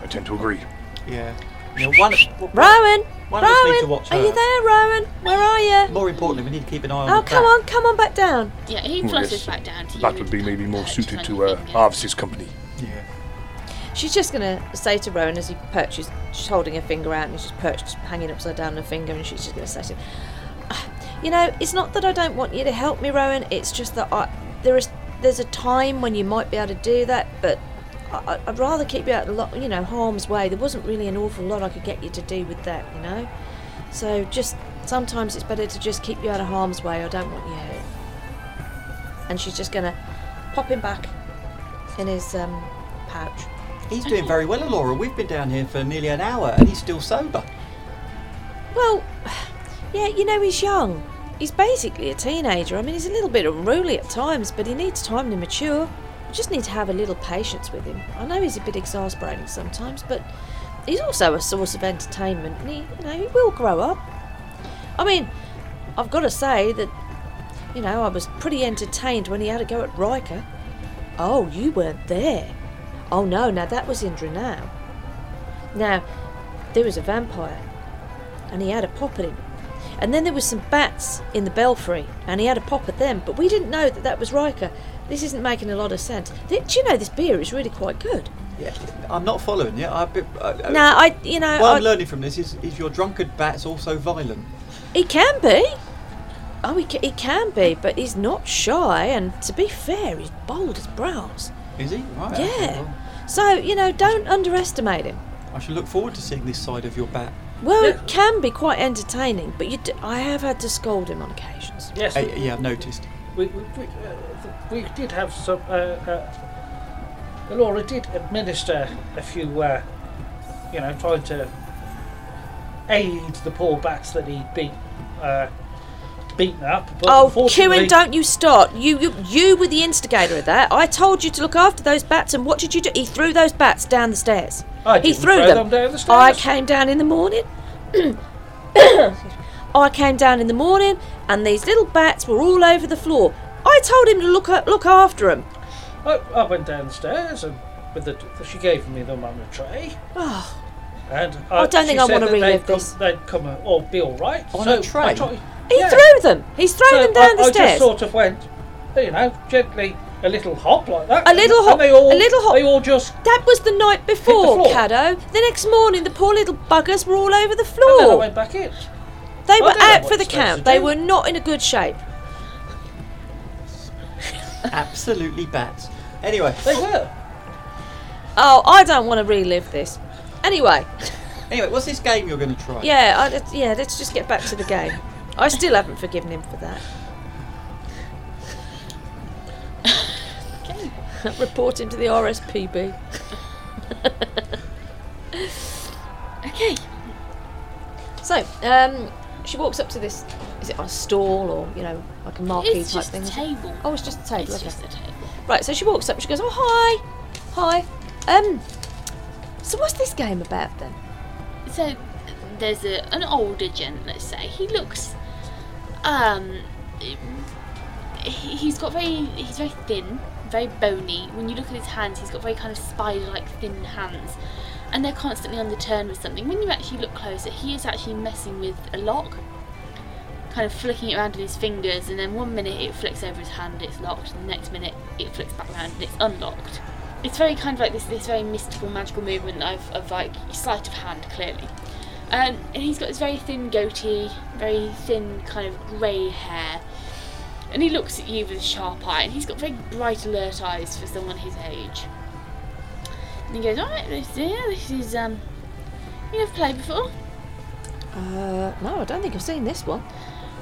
[SPEAKER 4] I, I tend to agree.
[SPEAKER 7] Yeah. You know, one,
[SPEAKER 6] Rowan,
[SPEAKER 7] One of us need to
[SPEAKER 6] Rowan,
[SPEAKER 7] watch
[SPEAKER 6] are
[SPEAKER 7] her.
[SPEAKER 6] you there, Rowan? Where are you?
[SPEAKER 7] More importantly, we need to keep an eye on.
[SPEAKER 6] Oh,
[SPEAKER 7] the
[SPEAKER 6] come
[SPEAKER 7] back.
[SPEAKER 6] on, come on back down.
[SPEAKER 1] Yeah, he
[SPEAKER 4] Oh,
[SPEAKER 1] flutters
[SPEAKER 4] yes.
[SPEAKER 1] back down to you.
[SPEAKER 4] That would
[SPEAKER 1] and
[SPEAKER 4] be maybe more
[SPEAKER 1] perches
[SPEAKER 4] suited
[SPEAKER 1] on
[SPEAKER 4] to
[SPEAKER 1] your
[SPEAKER 4] uh,
[SPEAKER 1] finger.
[SPEAKER 4] Arvis's company.
[SPEAKER 7] Yeah.
[SPEAKER 6] She's just gonna say to Rowan as he perches, she's holding her finger out and she's perched, hanging upside down on her finger, and she's just gonna say to him, "Ah, "You know, it's not that I don't want you to help me, Rowan. It's just that I there is there's a time when you might be able to do that, but I, I- I'd rather keep you out of lo- you know harm's way. There wasn't really an awful lot I could get you to do with that, you know. So just sometimes it's better to just keep you out of harm's way. I don't want you hurt." And she's just gonna pop him back in his um, pouch.
[SPEAKER 7] He's doing very well, Laura. We've been down here for nearly an hour, and he's still sober.
[SPEAKER 6] Well, yeah, you know he's young. He's basically a teenager. I mean, he's a little bit unruly at times, but he needs time to mature. We just need to have a little patience with him. I know he's a bit exasperating sometimes, but he's also a source of entertainment, and he, you know, he will grow up. I mean, I've got to say that, you know, I was pretty entertained when he had a go at Riker. Oh, you weren't there. Oh no, now that was Indra now. Now, there was a vampire, and he had a pop at him. And then there was some bats in the belfry, and he had a pop at them. But we didn't know that that was Riker. This isn't making a lot of sense. Th- Do you know this beer is really quite good?
[SPEAKER 7] Yeah, I'm not following you. I, I, I,
[SPEAKER 6] No, I, you know,
[SPEAKER 7] uh, What
[SPEAKER 6] I-
[SPEAKER 7] I'm learning from this is, is your drunkard bat's also violent.
[SPEAKER 6] he can be. Oh, he, ca- he can be, but he's not shy, and to be fair, he's bold as brass.
[SPEAKER 7] Is he? Right. okay,
[SPEAKER 6] Yeah.
[SPEAKER 7] well,
[SPEAKER 6] So, you know, don't underestimate him.
[SPEAKER 7] I should look forward to seeing this side of your bat.
[SPEAKER 6] Well, it can be quite entertaining, but you d I I have had to scold him on occasions.
[SPEAKER 2] [LAUGHS] Yes,
[SPEAKER 7] Eh, yeah, I've noticed.
[SPEAKER 2] we, we, we, uh, we did have some. Uh, uh, Laura did administer a few, uh, you know, trying to aid the poor bats that he beat, uh, beaten up. But
[SPEAKER 6] Oh,
[SPEAKER 2] unfortunately-
[SPEAKER 6] Kieran, don't you start. You, you you were the instigator of that. I told you to look after those bats, and what did you do? He threw those bats down the stairs.
[SPEAKER 2] I
[SPEAKER 6] he
[SPEAKER 2] didn't
[SPEAKER 6] threw
[SPEAKER 2] throw
[SPEAKER 6] them.
[SPEAKER 2] them down the stairs.
[SPEAKER 6] I came down in the morning. [COUGHS] I came down in the morning, and these little bats were all over the floor. I told him to look a- look after them.
[SPEAKER 2] I, I went oh, downstairs and with the, she gave me them on a tray,
[SPEAKER 6] Oh,
[SPEAKER 2] and uh,
[SPEAKER 6] I don't think
[SPEAKER 2] she
[SPEAKER 6] I
[SPEAKER 2] said
[SPEAKER 6] wanna
[SPEAKER 2] that they'd
[SPEAKER 6] relive
[SPEAKER 2] come-
[SPEAKER 6] this.
[SPEAKER 2] They'd come and all be all right
[SPEAKER 7] On
[SPEAKER 2] So
[SPEAKER 7] a tray?
[SPEAKER 2] I tried-
[SPEAKER 6] he
[SPEAKER 2] yeah.
[SPEAKER 6] threw them. He's thrown
[SPEAKER 2] So
[SPEAKER 6] them down
[SPEAKER 2] I,
[SPEAKER 6] the
[SPEAKER 2] I
[SPEAKER 6] stairs.
[SPEAKER 2] just sort of went, you know, gently a little hop like that.
[SPEAKER 6] A little
[SPEAKER 2] and
[SPEAKER 6] hop,
[SPEAKER 2] They all,
[SPEAKER 6] a little hop.
[SPEAKER 2] They all just
[SPEAKER 6] That was the night before,
[SPEAKER 2] floor.
[SPEAKER 6] Caddo. The next morning, the poor little buggers were all over the
[SPEAKER 2] And then I
[SPEAKER 6] floor.
[SPEAKER 2] went back in.
[SPEAKER 6] They were
[SPEAKER 2] don't know
[SPEAKER 6] out
[SPEAKER 2] what
[SPEAKER 6] for the
[SPEAKER 2] you're supposed
[SPEAKER 6] count.
[SPEAKER 2] to
[SPEAKER 6] They
[SPEAKER 2] do.
[SPEAKER 6] were not in a good shape.
[SPEAKER 7] Absolutely bats. Anyway,
[SPEAKER 2] They were.
[SPEAKER 6] Oh, I don't want to relive this. Anyway,
[SPEAKER 7] anyway, what's this game you're going to try?
[SPEAKER 6] yeah, I, let's- yeah. Let's just get back to the game. I still haven't forgiven him
[SPEAKER 1] [LAUGHS]
[SPEAKER 6] for that. Report him to the RSPB.
[SPEAKER 1] Okay.
[SPEAKER 6] So, um, she walks up to this. Is it a stall or you know like a marquee
[SPEAKER 1] It's
[SPEAKER 6] type
[SPEAKER 1] just
[SPEAKER 6] thing?
[SPEAKER 1] a
[SPEAKER 6] is it?
[SPEAKER 1] table.
[SPEAKER 6] Oh, it's just a table.
[SPEAKER 1] It's
[SPEAKER 6] okay.
[SPEAKER 1] just a table.
[SPEAKER 6] Right, so she walks up. She goes, "Oh, hi, hi. Um, so what's this game about then?"
[SPEAKER 1] So there's a, an older gent, let's say. He looks, um, he- he's got very, he's very thin, very bony. When you look at his hands, he's got very kind of spider-like thin hands, and they're constantly on the turn with something. When you actually look closer, he is actually messing with a lock, kind of flicking it around with his fingers, and then one minute it flicks over his hand, it's locked, and the next minute it flicks back around and it's unlocked. It's very kind of like this, this very mystical, magical movement of, of like sleight of hand, clearly. Um, and he's got this very thin goatee, very thin kind of grey hair. And he looks at you with a sharp eye, and he's got very bright, alert eyes for someone his age. And he goes, Alright, this, yeah, this is, um, you have played before?
[SPEAKER 6] Uh, no, I don't think I've seen this one.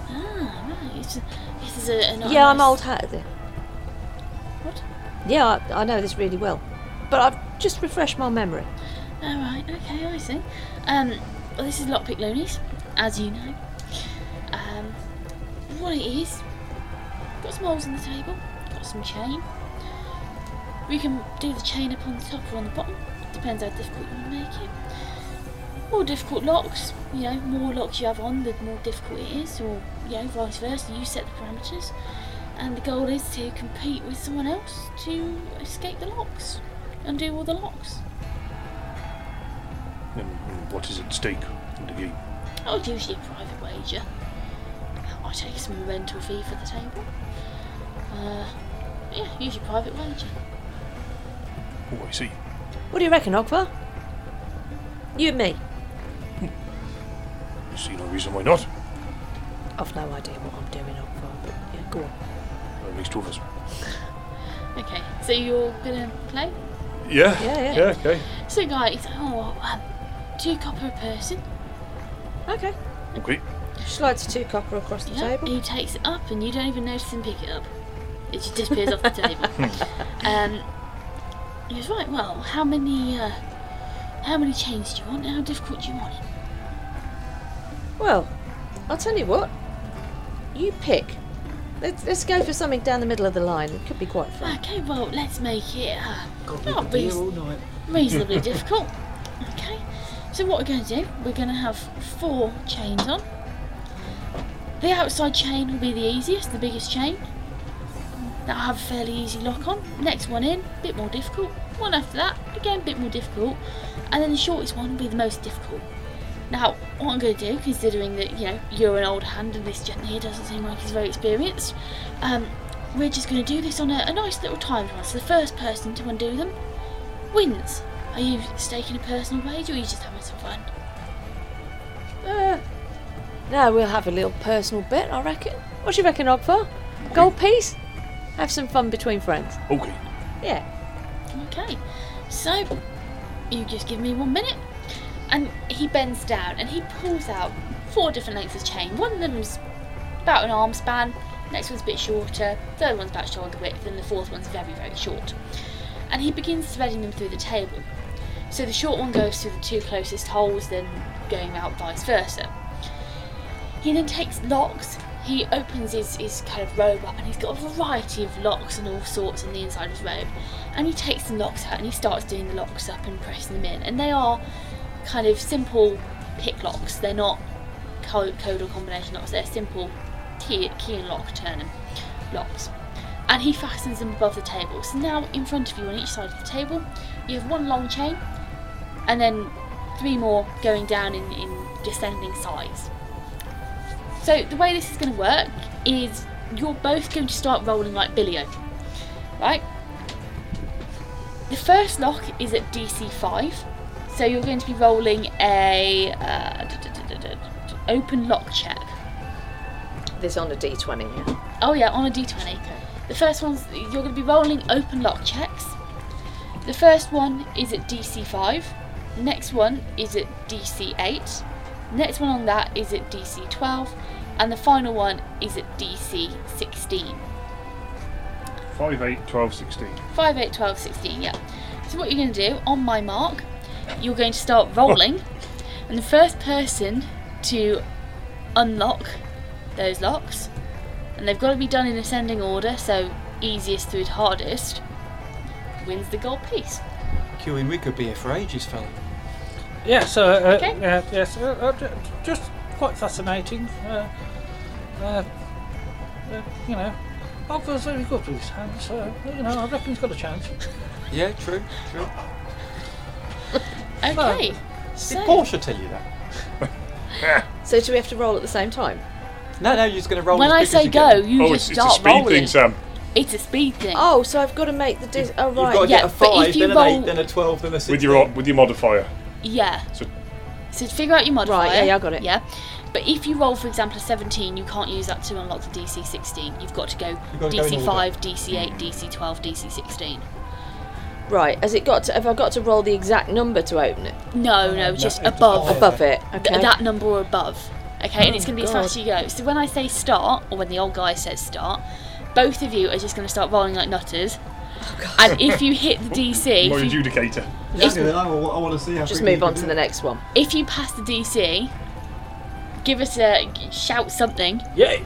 [SPEAKER 1] Ah, right. It's, this is a, an
[SPEAKER 6] yeah, I'm
[SPEAKER 1] honest-
[SPEAKER 6] old hat at this.
[SPEAKER 1] What?
[SPEAKER 6] Yeah, I, I know this really well, but I've just refreshed my memory.
[SPEAKER 1] All right. Okay. I see. Um, well, this is Lockpick Loonies, as you know. Um, what it is? Got some holes in the table. Got some chain. We can do the chain up on the top or on the bottom. Depends how difficult you want to make it. More difficult locks. You know, more locks you have on, the more difficult it is, or you know, vice versa. You set the parameters. And the goal is to compete with someone else to escape the locks, undo all the locks.
[SPEAKER 4] And, and what is at stake in the game?
[SPEAKER 1] I'll do usually a private wager. I take a small rental fee for the table. Uh, yeah, usually private wager.
[SPEAKER 4] Oh, I see.
[SPEAKER 6] What do you reckon, Ogvar? You and me.
[SPEAKER 4] I see no reason why not.
[SPEAKER 6] I've no idea what I'm doing, Ogvar, but yeah, go on.
[SPEAKER 4] That makes two of us.
[SPEAKER 1] Okay, so you're gonna play?
[SPEAKER 4] Yeah.
[SPEAKER 6] Yeah, yeah.
[SPEAKER 4] okay.
[SPEAKER 1] So, guys, oh, um, two copper a person.
[SPEAKER 6] Okay.
[SPEAKER 4] Okay.
[SPEAKER 6] Slides a two copper across the
[SPEAKER 1] Yeah,
[SPEAKER 6] table.
[SPEAKER 1] he takes it up, and you don't even notice him pick it up. It just disappears off the table.
[SPEAKER 6] [LAUGHS] Hmm.
[SPEAKER 1] Um, he goes right. Well, how many, uh, how many chains do you want? How difficult do you want it?
[SPEAKER 6] Well, I'll tell you what. you pick. Let's, let's go for something down the middle of the line. It could be quite fun.
[SPEAKER 1] Okay, well, let's make it uh,
[SPEAKER 7] God, we
[SPEAKER 1] not
[SPEAKER 7] could be here
[SPEAKER 1] reas-
[SPEAKER 7] all night. [LAUGHS]
[SPEAKER 1] reasonably difficult. Okay, so what we're going to do, we're going to have four chains on. The outside chain will be the easiest, the biggest chain. That'll have a fairly easy lock on. Next one in, bit more difficult. One after that, again, bit more difficult. And then the shortest one will be the most difficult. Now, what I'm going to do, considering that you know you're an old hand and this gent here doesn't seem like he's very experienced, um, we're just going to do this on a, a nice little timed one. So the first person to undo them wins. Are you staking a personal wage, or are you just having some fun?
[SPEAKER 6] Uh, no, we'll have a little personal bit, I reckon. What do you reckon, Ogvar? Gold piece? Have some fun between friends.
[SPEAKER 4] Okay.
[SPEAKER 6] Yeah.
[SPEAKER 1] Okay, so you just give me one minute. And he bends down and he pulls out four different lengths of chain. One of them's about an arm span, next one's a bit shorter, third one's about shoulder width, and the fourth one's very, very short. And he begins threading them through the table. So the short one goes through the two closest holes, then going out vice versa. He then takes locks. He opens his, his kind of robe up and he's got a variety of locks and all sorts on the inside of his robe. And he takes the locks out and he starts doing the locks up and pressing them in. And they are kind of simple pick locks. They're not co- code or combination locks. They're simple key, key and lock turn and locks. And he fastens them above the table. So now in front of you on each side of the table, you have one long chain and then three more going down in, in descending size. So the way this is going to work is you're both going to start rolling like Billio, right? The first lock is at DC five, so you're going to be rolling a uh, d- d- d- d- d- open lock check.
[SPEAKER 6] This on a D20, yeah.
[SPEAKER 1] Oh yeah, on a d20. The first one's you're going to be rolling open lock checks. The first one is at DC five. Next one is at DC eight. Next one on that is at DC twelve, and the final one is at DC sixteen.
[SPEAKER 4] 5, 8, 12, 16.
[SPEAKER 1] 5, 8, 12, 16, yeah. So what you're going to do, on my mark, you're going to start
[SPEAKER 4] [LAUGHS]
[SPEAKER 1] rolling, and the first person to unlock those locks, and they've got to be done in ascending order, so easiest through to hardest, wins the gold piece.
[SPEAKER 7] Queuing, we could be here for ages, fella.
[SPEAKER 2] Yes, uh, uh,
[SPEAKER 1] Okay.
[SPEAKER 2] yeah, yes, uh, uh, ju- just quite fascinating. Uh, uh, uh, you know, Ogva's very good with his hands, so, you know, I reckon he's got a chance.
[SPEAKER 7] Yeah, true, true.
[SPEAKER 1] Okay,
[SPEAKER 7] Did
[SPEAKER 1] so
[SPEAKER 7] Porsche tell you that?
[SPEAKER 6] So do we have to roll at the same time?
[SPEAKER 7] No, no, you're just going to roll.
[SPEAKER 1] when
[SPEAKER 7] as
[SPEAKER 1] I
[SPEAKER 7] big as
[SPEAKER 1] say
[SPEAKER 7] you
[SPEAKER 1] go,
[SPEAKER 7] can.
[SPEAKER 1] you
[SPEAKER 4] oh, it's,
[SPEAKER 1] just
[SPEAKER 4] it's a
[SPEAKER 1] start
[SPEAKER 4] speed
[SPEAKER 1] rolling.
[SPEAKER 4] thing, Sam.
[SPEAKER 1] It's a speed thing.
[SPEAKER 6] Oh, so I've got to make the dis- Oh,
[SPEAKER 7] you've got to
[SPEAKER 6] right.
[SPEAKER 1] yeah,
[SPEAKER 7] get a
[SPEAKER 1] but if
[SPEAKER 7] five,
[SPEAKER 1] you
[SPEAKER 7] then an
[SPEAKER 1] roll-
[SPEAKER 7] eight, then a twelve, then a six.
[SPEAKER 4] With your with your modifier.
[SPEAKER 1] Yeah.
[SPEAKER 4] So-
[SPEAKER 1] So to figure out your modifier.
[SPEAKER 6] Right, yeah, yeah, I got it.
[SPEAKER 1] Yeah. But if you roll, for example, a 17, you can't use that to unlock the DC 16. You've got to go
[SPEAKER 7] gotta go in
[SPEAKER 1] DC 5, DC 8, DC 12, DC 16.
[SPEAKER 6] Right. Has it got to, have I got to roll the exact number to open it?
[SPEAKER 1] No, no, just
[SPEAKER 2] it's
[SPEAKER 1] above.
[SPEAKER 4] Oh,
[SPEAKER 2] higher.
[SPEAKER 6] Above it. Okay. Oh,
[SPEAKER 1] th- that number or above. Okay, and it's going to be as
[SPEAKER 6] God.
[SPEAKER 1] fast as you go. So when I say start, or when the old guy says start, both of you are just going to start rolling like nutters.
[SPEAKER 6] Oh,
[SPEAKER 1] and if you hit the DC,
[SPEAKER 4] More
[SPEAKER 1] if you,
[SPEAKER 4] adjudicator.
[SPEAKER 7] Yeah, then I, wa- I want to see how.
[SPEAKER 6] Just
[SPEAKER 7] quickly
[SPEAKER 6] move
[SPEAKER 7] you
[SPEAKER 6] on
[SPEAKER 7] can
[SPEAKER 6] to
[SPEAKER 7] do
[SPEAKER 6] the
[SPEAKER 7] it.
[SPEAKER 6] next one.
[SPEAKER 1] if you pass the DC, give us a shout something.
[SPEAKER 2] Yay!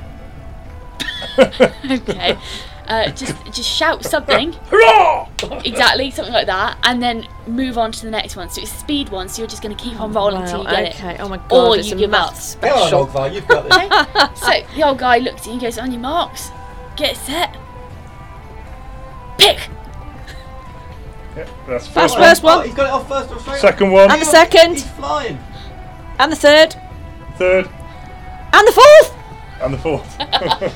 [SPEAKER 1] [LAUGHS] Okay. Uh, just just shout something.
[SPEAKER 4] Hurrah!
[SPEAKER 1] Exactly, something like that, and then move on to the next one. So it's a speed one, so you're just going to keep on rolling until
[SPEAKER 6] Wow,
[SPEAKER 1] you get
[SPEAKER 6] okay.
[SPEAKER 1] it.
[SPEAKER 6] Oh my god.
[SPEAKER 1] Or
[SPEAKER 6] it's
[SPEAKER 1] you
[SPEAKER 6] a
[SPEAKER 1] give
[SPEAKER 6] math
[SPEAKER 1] up.
[SPEAKER 7] Go
[SPEAKER 6] special.
[SPEAKER 7] on, Ogvar, you've got [LAUGHS] this.
[SPEAKER 1] So the old guy looks at you and goes, On your marks, get set, pick!
[SPEAKER 4] Yeah, that's the
[SPEAKER 6] Fast
[SPEAKER 4] first
[SPEAKER 7] Oh,
[SPEAKER 4] one.
[SPEAKER 6] first one.
[SPEAKER 7] oh, He's got it off first. I'm straight.
[SPEAKER 4] Second one.
[SPEAKER 6] And the second.
[SPEAKER 7] He's flying.
[SPEAKER 6] And the third.
[SPEAKER 4] Third.
[SPEAKER 6] And the fourth.
[SPEAKER 4] And the fourth.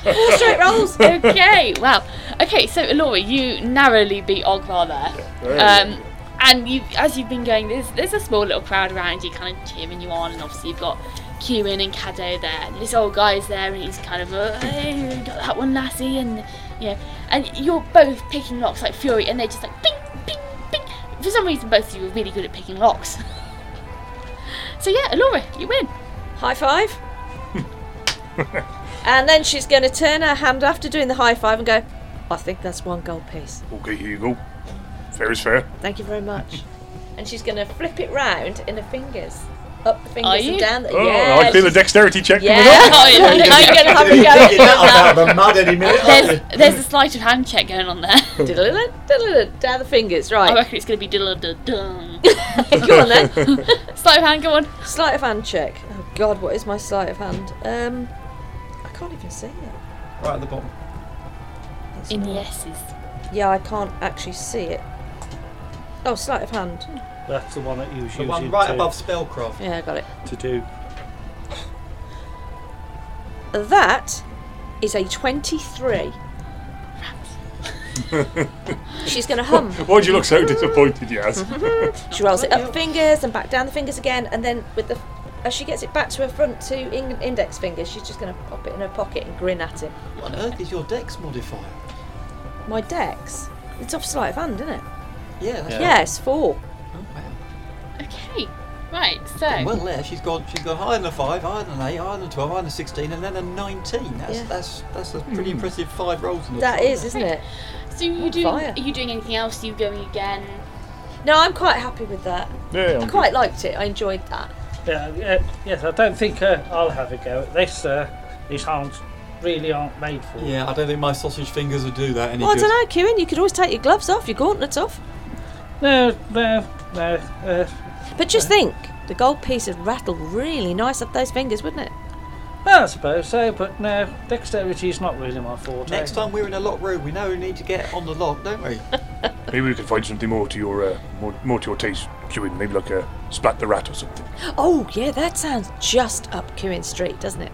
[SPEAKER 6] Four [LAUGHS] straight
[SPEAKER 4] [LAUGHS]
[SPEAKER 6] rolls.
[SPEAKER 1] Okay, wow. Okay, so Laura, you narrowly beat Ogvar there.
[SPEAKER 4] Very
[SPEAKER 1] Um, and you, as you've been going, there's there's a small little crowd around you, kind of cheering you on, and obviously you've got Kieran and Caddo there. And this old guy is there, and he's kind of, uh, hey, you got that one lassie, and you know, and you're both picking locks like fury, and they're just like, ping, ping, ping. For some reason, both of you are really good at picking locks. [LAUGHS] so yeah, Laura, you win.
[SPEAKER 6] High five. and then she's going to turn her hand after doing the high five and go. I think that's one gold piece.
[SPEAKER 4] Okay, here you go. Fair is fair.
[SPEAKER 1] [LAUGHS]
[SPEAKER 6] Thank you very much. and she's going to flip it round in her fingers. up the fingers
[SPEAKER 1] Are
[SPEAKER 6] and
[SPEAKER 1] you?
[SPEAKER 6] down. The,
[SPEAKER 4] Oh,
[SPEAKER 6] yeah,
[SPEAKER 4] I feel a
[SPEAKER 6] she's-
[SPEAKER 4] dexterity check
[SPEAKER 6] Yeah,
[SPEAKER 4] coming [LAUGHS] up.
[SPEAKER 1] Oh, yeah, I know you're going to have a go
[SPEAKER 4] [LAUGHS]
[SPEAKER 1] at
[SPEAKER 8] Get that out
[SPEAKER 1] that.
[SPEAKER 8] of the mud any minute. aren't
[SPEAKER 1] There's, there's a sleight of hand check going on there. [LAUGHS]
[SPEAKER 6] diddle-diddle, diddle-diddle, down the fingers. Right,
[SPEAKER 1] I reckon it's going to be diddle da dun. [LAUGHS]
[SPEAKER 6] go on then.
[SPEAKER 1] Sleight of hand, go on.
[SPEAKER 6] Sleight of hand check. Oh God, what is my sleight of hand? Um, I can't even see it.
[SPEAKER 7] Right at the bottom.
[SPEAKER 6] It's
[SPEAKER 1] In the
[SPEAKER 6] not-
[SPEAKER 1] S's.
[SPEAKER 6] Yeah, I can't actually see it. Oh, sleight of hand.
[SPEAKER 2] That's the one that he was
[SPEAKER 7] The
[SPEAKER 2] using
[SPEAKER 7] one right
[SPEAKER 2] to,
[SPEAKER 7] above spellcraft.
[SPEAKER 6] Yeah, I got it.
[SPEAKER 2] to do.
[SPEAKER 6] That is a twenty-three.
[SPEAKER 4] [LAUGHS]
[SPEAKER 6] She's gonna hum.
[SPEAKER 4] Why'd you look so disappointed, Yaz?
[SPEAKER 6] She rolls it up fingers and back down the fingers again, and then with the as she gets it back to her front two in, index fingers, she's just gonna pop it in her pocket and grin at him.
[SPEAKER 7] What on earth is your dex modifier?
[SPEAKER 6] My dex. It's off sleight of hand, isn't it?
[SPEAKER 7] Yeah, that's
[SPEAKER 6] Yeah, it's four.
[SPEAKER 7] Oh, wow.
[SPEAKER 1] Okay, right,
[SPEAKER 7] Well,
[SPEAKER 1] so.
[SPEAKER 7] there she's gone. She's gone higher than a five, higher than an eight, higher than a twelve, higher than a sixteen, and then a nineteen. That's
[SPEAKER 6] Yeah.
[SPEAKER 7] that's that's a pretty impressive five rolls. In the
[SPEAKER 6] That
[SPEAKER 7] time.
[SPEAKER 6] is, isn't it?
[SPEAKER 1] So you
[SPEAKER 6] on
[SPEAKER 1] doing,
[SPEAKER 6] fire.
[SPEAKER 1] are you doing anything else? Are you going again?
[SPEAKER 6] No, I'm quite happy with that.
[SPEAKER 4] Yeah,
[SPEAKER 6] I
[SPEAKER 4] I'm
[SPEAKER 6] quite liked it. I enjoyed that.
[SPEAKER 2] Yeah, yeah, yes, I don't think uh, I'll have a go at this. Uh, these hands really aren't made for it.
[SPEAKER 7] Yeah, I don't think my sausage fingers would do that any
[SPEAKER 6] Well, Oh, I
[SPEAKER 7] good.
[SPEAKER 6] don't know, Kieran. You could always take your gloves off, your gauntlets off.
[SPEAKER 2] No, no, no. Uh,
[SPEAKER 6] But just think, the gold piece would rattle really nice up those fingers, wouldn't it?
[SPEAKER 2] well, Ah, I suppose so, but no, dexterity is not really my forte.
[SPEAKER 7] Next time we're in a lock room, we know we need to get on the lock, don't we?
[SPEAKER 4] Maybe we can find something more to your uh, more, more to your taste, Kieran. Maybe like a splat the rat or something.
[SPEAKER 6] Oh yeah, that sounds just up Kieran Street, doesn't it?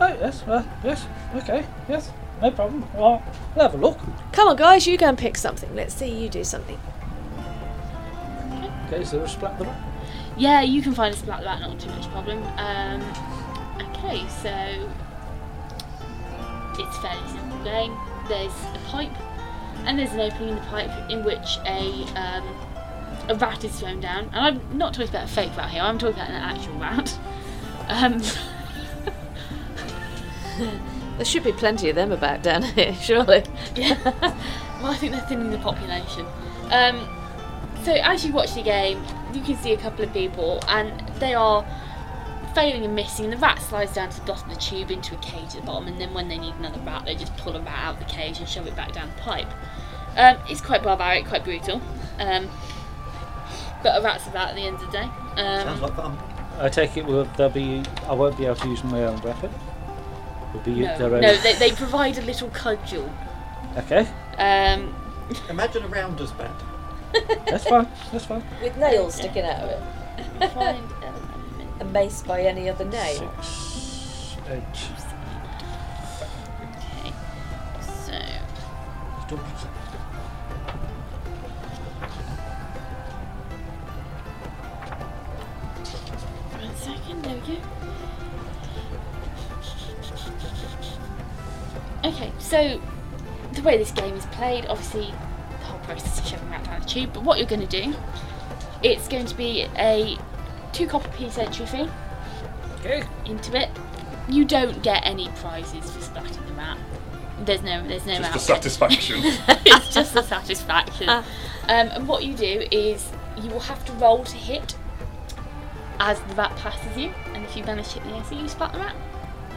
[SPEAKER 2] Oh, yes, well, yes, okay, yes, no problem. Well, I'll have a look.
[SPEAKER 6] Come on, guys, you go and pick something. Let's see you do something.
[SPEAKER 2] Okay, so we'll splat them up.
[SPEAKER 1] Yeah, you can find us about that, not too much problem. Um, okay, so. It's a fairly simple game. There's a pipe, and there's an opening in the pipe in which a. Um, a rat is thrown down, and I'm not talking about a fake rat here. I'm talking about an actual rat. Um, [LAUGHS]
[SPEAKER 6] There should be plenty of them about down [LAUGHS] here, surely.
[SPEAKER 1] Yeah. well, I think they're thinning the population. Um, so as you watch the game, you can see a couple of people, and they are failing and missing. And the rat slides down to the bottom of the tube into a cage at the bottom, and then when they need another rat, they just pull a rat out of the cage and shove it back down the pipe. Um, it's quite barbaric, quite brutal. Um, but a rat's a rat at the end of the day.
[SPEAKER 7] [LAUGHS] Sounds
[SPEAKER 1] Um,
[SPEAKER 7] like fun.
[SPEAKER 2] I take it will there be? I won't be able to use my own weapon. Will be
[SPEAKER 1] no,
[SPEAKER 2] their own.
[SPEAKER 1] no they, they provide a little cudgel.
[SPEAKER 2] Okay,
[SPEAKER 1] Um,
[SPEAKER 7] Imagine a rounders bat.
[SPEAKER 2] that's fine. That's fine.
[SPEAKER 6] With nails sticking out of it.
[SPEAKER 1] [LAUGHS] find element.
[SPEAKER 6] Amazed by any other nail.
[SPEAKER 2] Six, eight.
[SPEAKER 1] Okay, so One second, there we go. Okay, so the way this game is played, obviously the whole process is shoving that down the tube, but what you're going to do, it's going to be a two copper piece entry fee
[SPEAKER 2] Okay.
[SPEAKER 1] into it. You don't get any prizes for splatting them out. There's no, there's no
[SPEAKER 4] Just the
[SPEAKER 1] outfit
[SPEAKER 4] satisfaction.
[SPEAKER 1] [LAUGHS]
[SPEAKER 4] [LAUGHS]
[SPEAKER 1] it's just the satisfaction. Um, and what you do is you will have to roll to hit as the rat passes you, and if you manage to hit the AC, you spot the rat.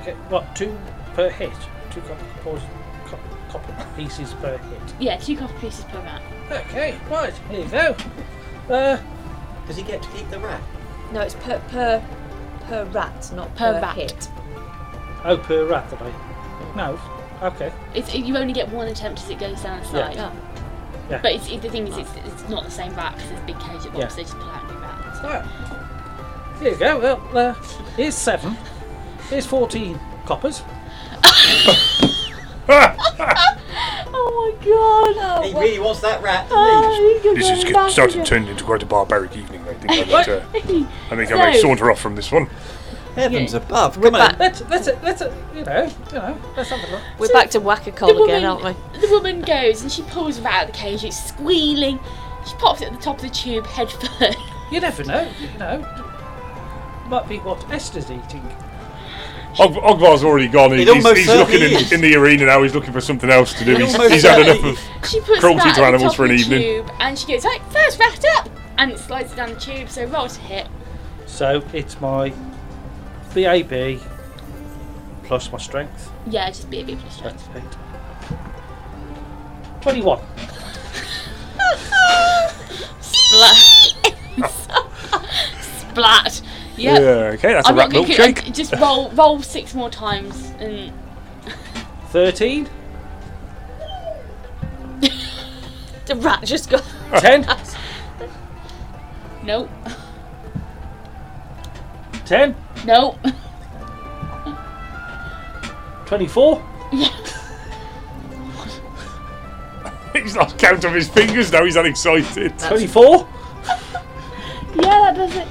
[SPEAKER 2] Okay. What? Two per hit. Two copper, poison, copper, copper pieces per hit.
[SPEAKER 1] Yeah, two copper pieces per rat.
[SPEAKER 2] Okay. Right. Here you go. Uh,
[SPEAKER 7] Does he get to keep the rat?
[SPEAKER 6] No, it's per per per rat, not
[SPEAKER 1] Per
[SPEAKER 6] per,
[SPEAKER 1] rat.
[SPEAKER 6] hit.
[SPEAKER 2] oh, per rat that I. No. Okay.
[SPEAKER 1] It's, you only get one attempt as it goes down the
[SPEAKER 2] Yeah.
[SPEAKER 1] slide.
[SPEAKER 6] Oh.
[SPEAKER 2] Yeah.
[SPEAKER 1] But it's, it- the thing is, it's, it's not the same rat because there's a big cage at the bottom,
[SPEAKER 2] Yeah.
[SPEAKER 1] so they just pull out new rats.
[SPEAKER 2] Right. Here you go. Well, uh, here's seven. Here's fourteen coppers.
[SPEAKER 6] Oh my God!
[SPEAKER 7] he really wants that rat, doesn't he?
[SPEAKER 4] this is get- starting to turn into quite a barbaric evening. I think I might, uh, I think I might
[SPEAKER 1] So-
[SPEAKER 4] saunter off from this one.
[SPEAKER 2] Oh.
[SPEAKER 7] Heavens above, come
[SPEAKER 2] [LAUGHS]
[SPEAKER 7] on.
[SPEAKER 6] back.
[SPEAKER 2] Let's let's let's uh, you know you know let's have a look.
[SPEAKER 6] We're back to whack a
[SPEAKER 1] the
[SPEAKER 6] call
[SPEAKER 1] woman,
[SPEAKER 6] again, aren't we?
[SPEAKER 1] The woman goes and she pulls the rat out of the cage. It's squealing. She pops it at the top of the tube head first.
[SPEAKER 2] You never know. You know. Might be what Esther's eating.
[SPEAKER 4] Og- Ogvar's already gone. He's,
[SPEAKER 7] It almost
[SPEAKER 4] he's looking
[SPEAKER 7] certainly
[SPEAKER 4] in,
[SPEAKER 7] is.
[SPEAKER 4] in the arena now. He's looking for something else to do.
[SPEAKER 7] It
[SPEAKER 4] He's,
[SPEAKER 7] almost
[SPEAKER 4] he's had enough
[SPEAKER 7] certainly
[SPEAKER 4] of.
[SPEAKER 1] She puts that
[SPEAKER 4] Cruelty to
[SPEAKER 1] at the
[SPEAKER 4] animals
[SPEAKER 1] top
[SPEAKER 4] for
[SPEAKER 1] of
[SPEAKER 4] an
[SPEAKER 1] the
[SPEAKER 4] evening.
[SPEAKER 1] Tube, and she goes, right, first rat up! And slides it down the tube, so roll to hit.
[SPEAKER 2] So it's my VAB plus my strength.
[SPEAKER 1] Yeah, just be a bit plus strength.
[SPEAKER 2] That's eight. 21.
[SPEAKER 1] [LAUGHS] Splat. Splat. Yep.
[SPEAKER 4] [LAUGHS] okay, that's
[SPEAKER 1] I'm
[SPEAKER 4] a rat
[SPEAKER 1] not going
[SPEAKER 4] milkshake.
[SPEAKER 1] to just roll roll six more times and
[SPEAKER 2] 13.
[SPEAKER 6] The rat just got.
[SPEAKER 2] 10.
[SPEAKER 1] nope, [LAUGHS]
[SPEAKER 2] 10.
[SPEAKER 1] nope.
[SPEAKER 2] 24.
[SPEAKER 4] [LAUGHS] He's
[SPEAKER 7] [LAUGHS]
[SPEAKER 4] lost count of his fingers now. He's that excited.
[SPEAKER 2] 24.
[SPEAKER 1] Yeah, that does it.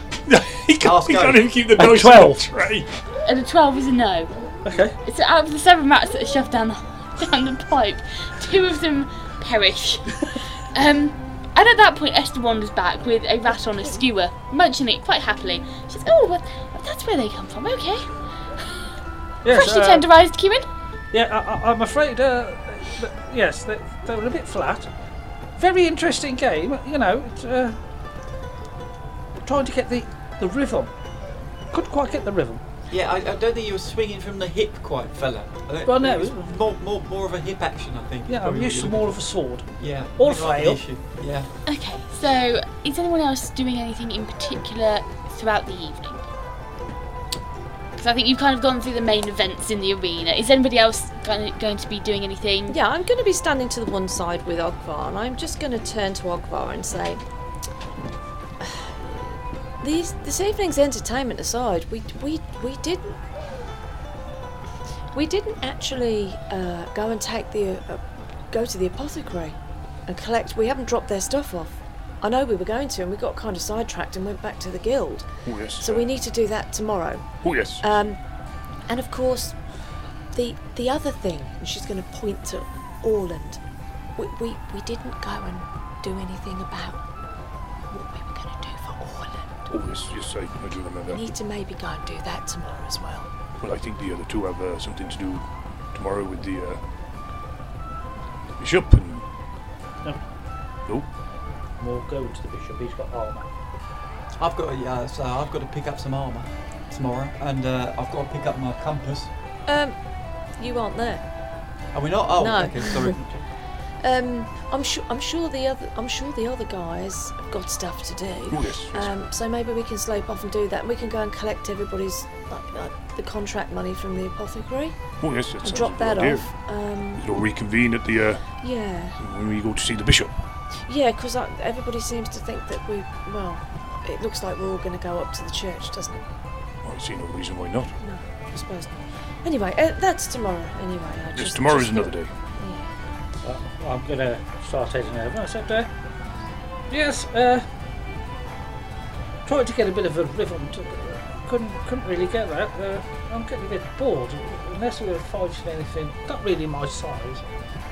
[SPEAKER 4] he can't,
[SPEAKER 7] Ask
[SPEAKER 4] he
[SPEAKER 7] go.
[SPEAKER 4] can't even keep the dice on the
[SPEAKER 2] 12.
[SPEAKER 4] tray.
[SPEAKER 1] And the twelve is a no.
[SPEAKER 2] Okay.
[SPEAKER 1] So out of the seven rats that are shoved down the down the pipe, two of them perish. um, and at that point, Esther wanders back with a rat on a skewer, munching it quite happily. She's oh, well, that's where they come from. Okay,
[SPEAKER 2] Yes,
[SPEAKER 1] freshly
[SPEAKER 2] uh,
[SPEAKER 1] tenderised, Kieran.
[SPEAKER 2] Yeah, I, I, I'm afraid. Uh, th- yes, they, they were a bit flat. Very interesting game, you know. It's, uh, trying to get the, the rhythm. Couldn't quite get the rhythm.
[SPEAKER 7] Yeah, I, I don't think you were swinging from the hip quite, fella. I don't-
[SPEAKER 2] Well, no,
[SPEAKER 7] it was
[SPEAKER 2] it
[SPEAKER 7] more, more, more of a hip action, I think. is
[SPEAKER 2] Yeah,
[SPEAKER 7] probably
[SPEAKER 2] I'm
[SPEAKER 7] what
[SPEAKER 2] used
[SPEAKER 7] you're
[SPEAKER 2] to
[SPEAKER 7] looking
[SPEAKER 2] more of a sword.
[SPEAKER 7] for. Yeah,
[SPEAKER 2] all
[SPEAKER 7] that might be
[SPEAKER 2] fail.
[SPEAKER 7] the issue. Yeah.
[SPEAKER 1] Okay, so is anyone else doing anything in particular throughout the evening? Because I think you've kind of gone through the main events in the arena. Is anybody else kind of going to be doing anything?
[SPEAKER 6] Yeah, I'm going to be standing to the one side with Ogvar, and I'm just going to turn to Ogvar and say, [SIGHS] "These this evening's entertainment aside, we we we didn't we didn't actually uh, go and take the uh, go to the apothecary and collect. We haven't dropped their stuff off. I know we were going to, and we got kind of sidetracked and went back to the guild.
[SPEAKER 4] Oh yes.
[SPEAKER 6] So we need to do that tomorrow.
[SPEAKER 4] Oh yes.
[SPEAKER 6] Um, and of course, the the other thing, and she's going to point to Orland. We, we we didn't go and do anything about what we were going to do for Orland.
[SPEAKER 4] oh yes. Yes, I, I do remember.
[SPEAKER 6] We need to maybe go and do that tomorrow as well.
[SPEAKER 4] Well, I think the other two have uh, something to do tomorrow with the, uh, the bishop and. Oh,
[SPEAKER 2] No.
[SPEAKER 4] Nope.
[SPEAKER 2] More going to the bishop. He's got armour.
[SPEAKER 7] I've got to, yeah, so I've got to pick up some armour tomorrow, and uh, I've got to pick up my compass.
[SPEAKER 6] Um, you aren't there.
[SPEAKER 7] Are we not? Oh,
[SPEAKER 6] No.
[SPEAKER 7] okay, sorry.
[SPEAKER 2] [LAUGHS]
[SPEAKER 6] Um, I'm sure I'm sure the other I'm sure the other guys have got stuff to do.
[SPEAKER 4] Oh yes. yes.
[SPEAKER 6] Um, so maybe we can sleep off and do that, and we can go and collect everybody's like, like the contract money from the apothecary
[SPEAKER 4] oh yes. That
[SPEAKER 6] and
[SPEAKER 4] sounds
[SPEAKER 6] drop
[SPEAKER 4] like a
[SPEAKER 6] that
[SPEAKER 4] good idea.
[SPEAKER 6] off. Um,
[SPEAKER 4] We'll reconvene at the uh,
[SPEAKER 6] yeah.
[SPEAKER 4] when we go to see the bishop.
[SPEAKER 6] Yeah, because everybody seems to think that we, well, it looks like we're all going to go up to the church, doesn't it?
[SPEAKER 4] Well, I see no reason why not.
[SPEAKER 6] No, I suppose not. Anyway, uh, that's tomorrow. Anyway, I
[SPEAKER 4] Yes,
[SPEAKER 6] just,
[SPEAKER 4] tomorrow is
[SPEAKER 6] just
[SPEAKER 4] another
[SPEAKER 6] thought-
[SPEAKER 4] day.
[SPEAKER 2] Well, Uh, I'm going to start heading over. I said, uh, yes, uh, tried to get a bit of a rhythm. To, couldn't, couldn't really get that. Uh, I'm getting a bit bored. Unless we're fighting anything, not really my size.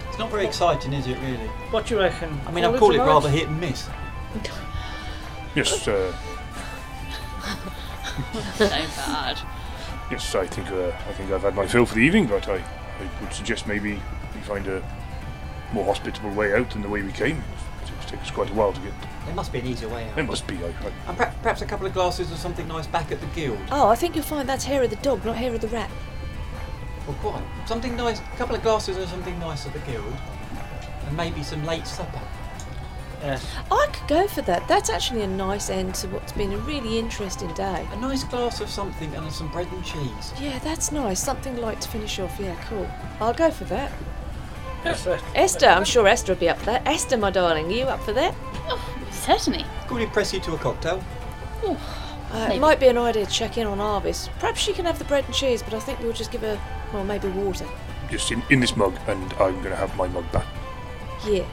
[SPEAKER 7] It's not very exciting, is it, really?
[SPEAKER 2] What do you reckon?
[SPEAKER 7] I mean, I've called it
[SPEAKER 2] tonight?
[SPEAKER 7] rather hit and miss.
[SPEAKER 4] Yes. Uh,
[SPEAKER 1] So bad.
[SPEAKER 4] yes. I think uh, I think I've had my fill for the evening, but I, I would suggest maybe we find a more hospitable way out than the way we came. It takes quite a while to get.
[SPEAKER 7] There must be an easier way out.
[SPEAKER 4] It must be. I, I,
[SPEAKER 7] And perhaps, perhaps a couple of glasses of something nice back at the guild.
[SPEAKER 6] Oh, I think you'll find that's hair of the dog, not hair of the rat.
[SPEAKER 7] Well, quite. Something nice, a couple of glasses of something nice at the guild, and maybe some late supper.
[SPEAKER 2] Yes.
[SPEAKER 6] I could go for that. That's actually a nice end to what's been a really interesting day.
[SPEAKER 7] A nice glass of something and some bread and cheese.
[SPEAKER 6] Yeah, that's nice. Something light to finish off. Yeah, cool. I'll go for that.
[SPEAKER 2] Yes, uh,
[SPEAKER 6] Esther, I'm sure Esther will be up for that. Esther, my darling, are you up for that?
[SPEAKER 1] Oh, Certainly.
[SPEAKER 7] Could we press you to a cocktail?
[SPEAKER 6] Uh,
[SPEAKER 1] Maybe.
[SPEAKER 6] it might be an idea to check in on Arvis. Perhaps she can have the bread and cheese, but I think we'll just give her, well, maybe water.
[SPEAKER 4] just in, in this mug, and I'm going to have my mug back.
[SPEAKER 6] Yeah.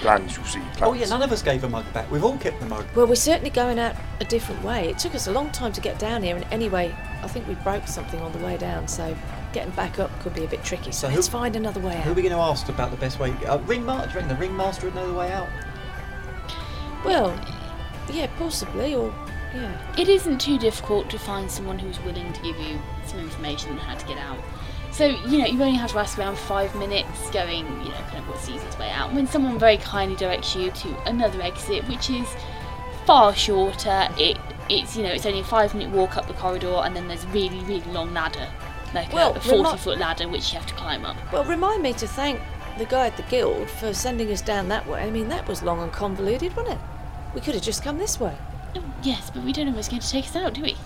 [SPEAKER 4] Plans, you see. Plans.
[SPEAKER 7] Oh yeah, none of us gave a mug back. We've all kept the mug.
[SPEAKER 6] Well, we're certainly going out a different way. It took us a long time to get down here, and anyway, I think we broke something on the way down, so getting back up could be a bit tricky. So,
[SPEAKER 7] So who-
[SPEAKER 6] let's find another way
[SPEAKER 7] Who are
[SPEAKER 6] out.
[SPEAKER 7] we going to ask about the best way? Uh, ringmaster, do you reckon the ringmaster would know the way out?
[SPEAKER 6] Well, yeah, possibly, or yeah.
[SPEAKER 1] It isn't too difficult to find someone who's willing to give you some information on how to get out. So, you know, you only have to ask around five minutes going, you know, kind of what's the easiest way out. When someone very kindly directs you to another exit, which is far shorter. It it's you know it's only a five minute walk up the corridor, and then there's a really really long ladder, like a-
[SPEAKER 6] Well,
[SPEAKER 1] a
[SPEAKER 6] we're
[SPEAKER 1] forty
[SPEAKER 6] not-
[SPEAKER 1] foot ladder which you have to climb up.
[SPEAKER 6] Well, remind me to thank the guy at the guild for sending us down that way. I mean, that was long and convoluted, wasn't it? We could have just come this way.
[SPEAKER 1] Oh, yes, but we don't know what's going to take us out, do we?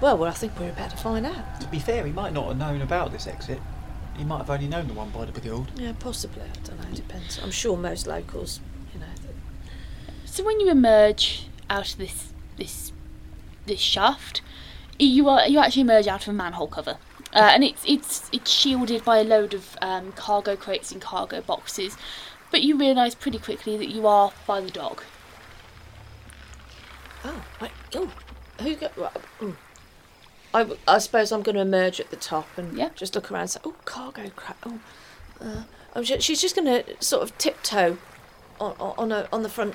[SPEAKER 6] Well, well, I think we're about to find out.
[SPEAKER 7] To be fair, he might not have known about this exit. He might have only known the one by the guild.
[SPEAKER 6] Yeah, possibly. I don't know. It depends. I'm sure most locals, you know. th-
[SPEAKER 1] So when you emerge out of this this this shaft, you are you actually emerge out of a manhole cover, uh, and it's it's it's shielded by a load of um, cargo crates and cargo boxes, but you realise pretty quickly that you are by the dog.
[SPEAKER 6] Oh, wait. Oh, who got? Well, mm. I, w- I suppose I'm going to emerge at the top and
[SPEAKER 1] Yeah.
[SPEAKER 6] just look around. and Say, oh, cargo crap. Oh, uh, I'm ju- she's just going to sort of tiptoe on on, on, her, on the front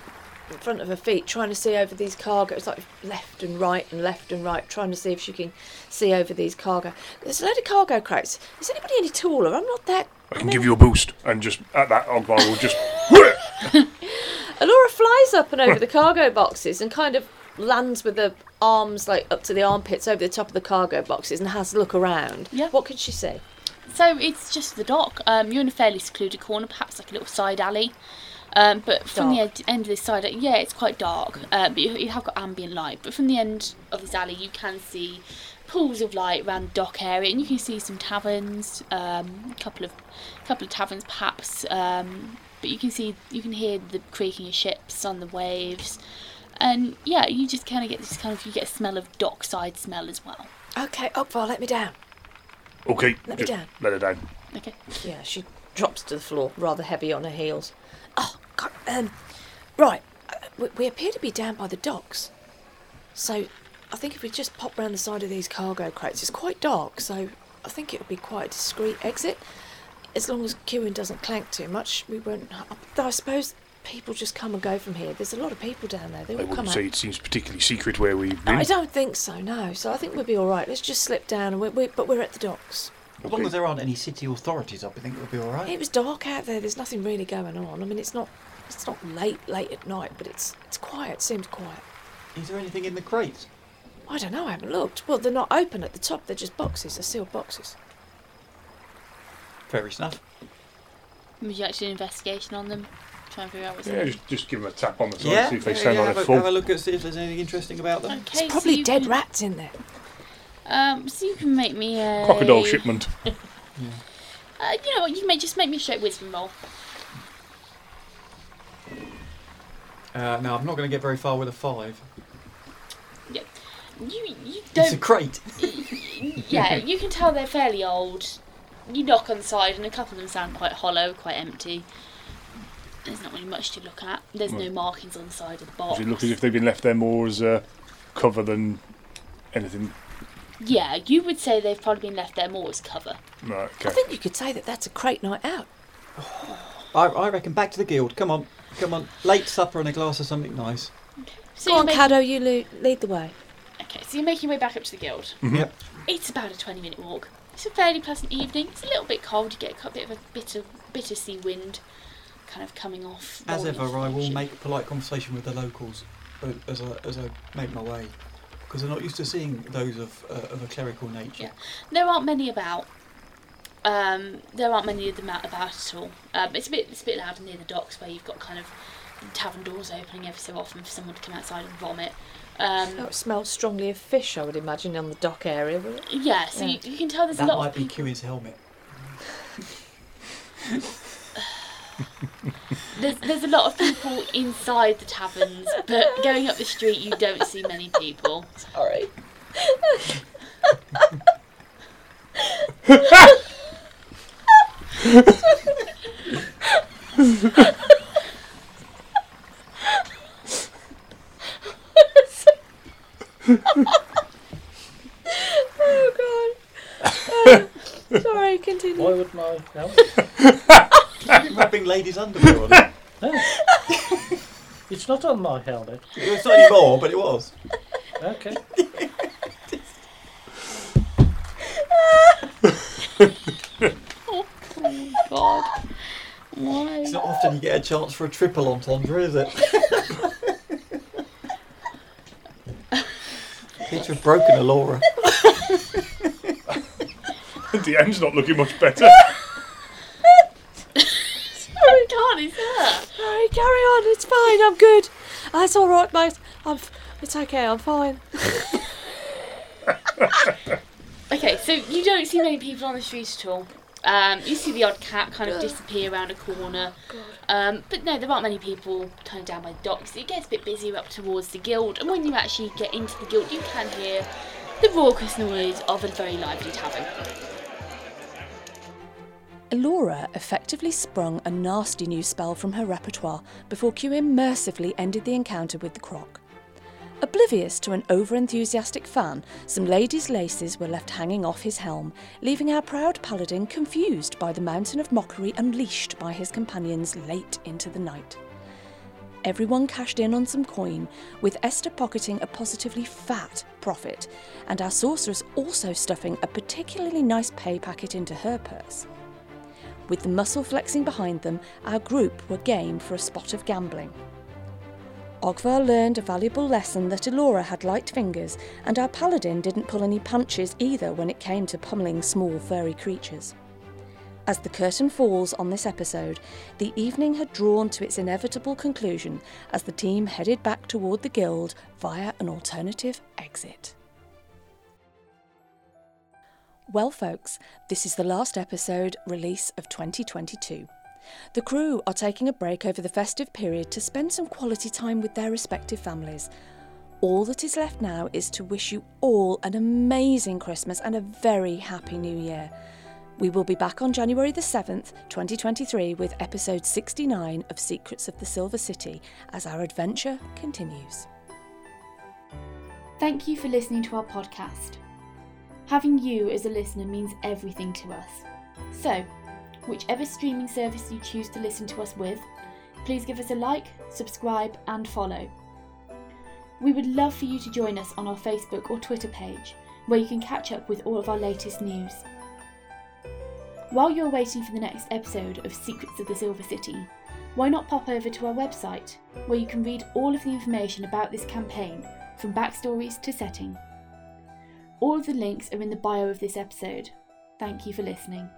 [SPEAKER 6] in front of her feet, trying to see over these cargo. It's like left and right and left and right, trying to see if she can see over these cargo. There's a load of cargo crates. Is anybody any taller? I'm not that.
[SPEAKER 4] I can give you a boost, and just at that, Ogvar
[SPEAKER 6] [COUGHS]
[SPEAKER 4] will just. Whoa!
[SPEAKER 6] Alora flies up and over the cargo boxes and kind of lands with her arms like up to the armpits over the top of the cargo boxes and has a look around.
[SPEAKER 1] Yeah.
[SPEAKER 6] What could she see?
[SPEAKER 1] So it's just the dock. Um, you're in a fairly secluded corner, perhaps like a little side alley. Um, but from
[SPEAKER 6] Dark.
[SPEAKER 1] the ed- end of this side, yeah, it's quite dark. Uh, but you, you have got ambient light. But from the end of this alley, you can see pools of light around the dock area, and you can see some taverns, um, a couple of, couple of taverns perhaps. Um, but you can see, you can hear the creaking of ships on the waves, and yeah, you just kind of get this kind of you get a smell of dockside smell as well.
[SPEAKER 6] Okay, Ogvar, let me down.
[SPEAKER 4] Okay,
[SPEAKER 6] Let me
[SPEAKER 4] just
[SPEAKER 6] down.
[SPEAKER 4] let her down.
[SPEAKER 1] Okay.
[SPEAKER 6] Yeah, she drops to the floor, rather heavy on her heels. Oh, God, um, right. uh, We, we appear to be down by the docks. So I think if we just pop round the side of these cargo crates, it's quite dark, so I think it would be quite a discreet exit. As long as Kieran doesn't clank too much, we won't. Though I suppose people just come and go from here. There's a lot of people down there. They
[SPEAKER 4] I
[SPEAKER 6] will come
[SPEAKER 4] wouldn't
[SPEAKER 6] out.
[SPEAKER 4] say it seems particularly secret where we've been.
[SPEAKER 6] I don't think so, no. So I think we'll be all right. Let's just slip down, and we we but we're at the docks.
[SPEAKER 7] As long
[SPEAKER 4] Okay.
[SPEAKER 7] as there aren't any city authorities up, I think it'll be all
[SPEAKER 6] It
[SPEAKER 7] right.
[SPEAKER 6] was dark out there. There's nothing really going on. I mean, it's not it's not late late at night, but it's it's quiet. Seems quiet.
[SPEAKER 7] Is there anything in the crates?
[SPEAKER 6] I don't know. I haven't looked. Well, they're not open at the top. They're just boxes. They're sealed boxes.
[SPEAKER 7] Fair enough.
[SPEAKER 1] Would you like to do an investigation on them? Try and figure out what's in
[SPEAKER 4] Yeah,
[SPEAKER 1] them?
[SPEAKER 4] just, just give them a tap on the side,
[SPEAKER 7] Yeah,
[SPEAKER 4] see if they
[SPEAKER 7] yeah,
[SPEAKER 4] stand
[SPEAKER 7] yeah,
[SPEAKER 4] on
[SPEAKER 7] have
[SPEAKER 4] a
[SPEAKER 7] a,
[SPEAKER 4] full.
[SPEAKER 7] Have a look and see if there's anything interesting about them.
[SPEAKER 1] Okay,
[SPEAKER 6] There's
[SPEAKER 1] so
[SPEAKER 6] probably
[SPEAKER 1] you
[SPEAKER 6] dead
[SPEAKER 1] can-
[SPEAKER 6] rats in there.
[SPEAKER 1] Um, so you can make me a
[SPEAKER 4] Crocodile shipment.
[SPEAKER 1] Uh, you know what? You may just make me a straight wisdom roll.
[SPEAKER 7] Uh, no, I'm not going to get very far with a five.
[SPEAKER 1] You you
[SPEAKER 7] It's a
[SPEAKER 1] don't.
[SPEAKER 7] crate.
[SPEAKER 1] yeah, you can tell they're fairly old. You knock on the side, and a couple of them sound quite hollow, quite empty. There's not really much to look at. There's no markings on the side of the box.
[SPEAKER 4] Does it look as if they've been left there more as a cover than anything?
[SPEAKER 1] Yeah, you would say they've probably been left there more as cover.
[SPEAKER 4] Right,
[SPEAKER 6] I
[SPEAKER 4] okay.
[SPEAKER 6] think you could say that that's a crate night out.
[SPEAKER 7] I, I reckon back to the guild. Come on, come on. Late supper and a glass of something nice.
[SPEAKER 1] So
[SPEAKER 6] Go
[SPEAKER 1] you
[SPEAKER 6] on,
[SPEAKER 1] make-
[SPEAKER 6] Caddo, you lo- lead the way.
[SPEAKER 1] Okay, so you make your way back up to the guild.
[SPEAKER 4] Mm-hmm.
[SPEAKER 7] Yep.
[SPEAKER 1] It's about a 20 minute walk. It's a fairly pleasant evening. It's a little bit cold. You get a bit of a bitter, bitter sea wind kind of coming off.
[SPEAKER 7] As
[SPEAKER 1] rolling
[SPEAKER 7] ever,
[SPEAKER 1] off the
[SPEAKER 7] I will
[SPEAKER 1] ocean.
[SPEAKER 7] make polite conversation with the locals uh, as I, as I make my way, because I'm not used to seeing those of, uh, of a clerical nature.
[SPEAKER 1] Yeah. There aren't many about. Um, there aren't many of them out about at all. Um, it's a bit it's a bit loud near the docks where you've got kind of tavern doors opening every so often for someone to come outside and vomit.
[SPEAKER 6] Oh,
[SPEAKER 1] Um,
[SPEAKER 6] it smells strongly of fish, I would imagine, on the dock area. will it?
[SPEAKER 1] yeah, so You, you can tell there's
[SPEAKER 7] That
[SPEAKER 1] a lot
[SPEAKER 7] might
[SPEAKER 1] of
[SPEAKER 7] be
[SPEAKER 1] people.
[SPEAKER 7] Kieran's helmet.
[SPEAKER 1] There's, there's a lot of people inside the taverns, but going up the street you don't see many people.
[SPEAKER 6] Sorry. Oh, oh god. Uh, sorry,
[SPEAKER 2] [LAUGHS]
[SPEAKER 6] continue.
[SPEAKER 2] Why wouldn't I know?
[SPEAKER 7] [LAUGHS] Wrapping ladies' underwear on [LAUGHS] it.
[SPEAKER 2] it's not on my helmet.
[SPEAKER 7] It was [LAUGHS] not anymore, but it was.
[SPEAKER 2] Okay.
[SPEAKER 1] God. Why?
[SPEAKER 7] It's not often you get a chance for a triple entendre, is it? Kids have broken Alora.
[SPEAKER 4] [LAUGHS] the end's not looking much better.
[SPEAKER 9] Sorry, can't, it's her.
[SPEAKER 6] Sorry, carry on. It's fine. I'm good. That's all right, mate. I'm. f- It's okay. I'm fine.
[SPEAKER 9] Okay, so you don't see many people on the street at all. Um, you see the odd cat kind of disappear around a corner. Um, but no, there aren't many people turned down by the docks. It gets a bit busier up towards the guild, and when you actually get into the guild, you can hear the raucous noise of a very lively tavern.
[SPEAKER 6] Elora effectively sprung a nasty new spell from her repertoire before Q mercifully ended the encounter with the croc. Oblivious to an overenthusiastic fan, some ladies' laces were left hanging off his helm, leaving our proud paladin confused by the mountain of mockery unleashed by his companions late into the night. Everyone cashed in on some coin, with Esther pocketing a positively fat profit, and our sorceress also stuffing a particularly nice pay packet into her purse. With the muscle flexing behind them, our group were game for a spot of gambling. Ogvar learned a valuable lesson that Elora had light fingers, and our paladin didn't pull any punches either when it came to pummeling small furry creatures. As the curtain falls on this episode, the evening had drawn to its inevitable conclusion as the team headed back toward the guild via an alternative exit. Well, folks, this is the last episode release of 2022. The crew are taking a break over the festive period to spend some quality time with their respective families. All that is left now is to wish you all an amazing Christmas and a very happy new year. We will be back on January the 7th, 2023, with episode 69 of Secrets of the Silver City as our adventure continues.
[SPEAKER 1] Thank you for listening to our podcast. Having you as a listener means everything to us. So, whichever streaming service you choose to listen to us with, please give us a like, subscribe, and follow. We would love for you to join us on our Facebook or Twitter page, where you can catch up with all of our latest news. While you're waiting for the next episode of Secrets of the Silver City, why not pop over to our website, where you can read all of the information about this campaign, from backstories to setting. All of the links are in the bio of this episode. Thank you for listening.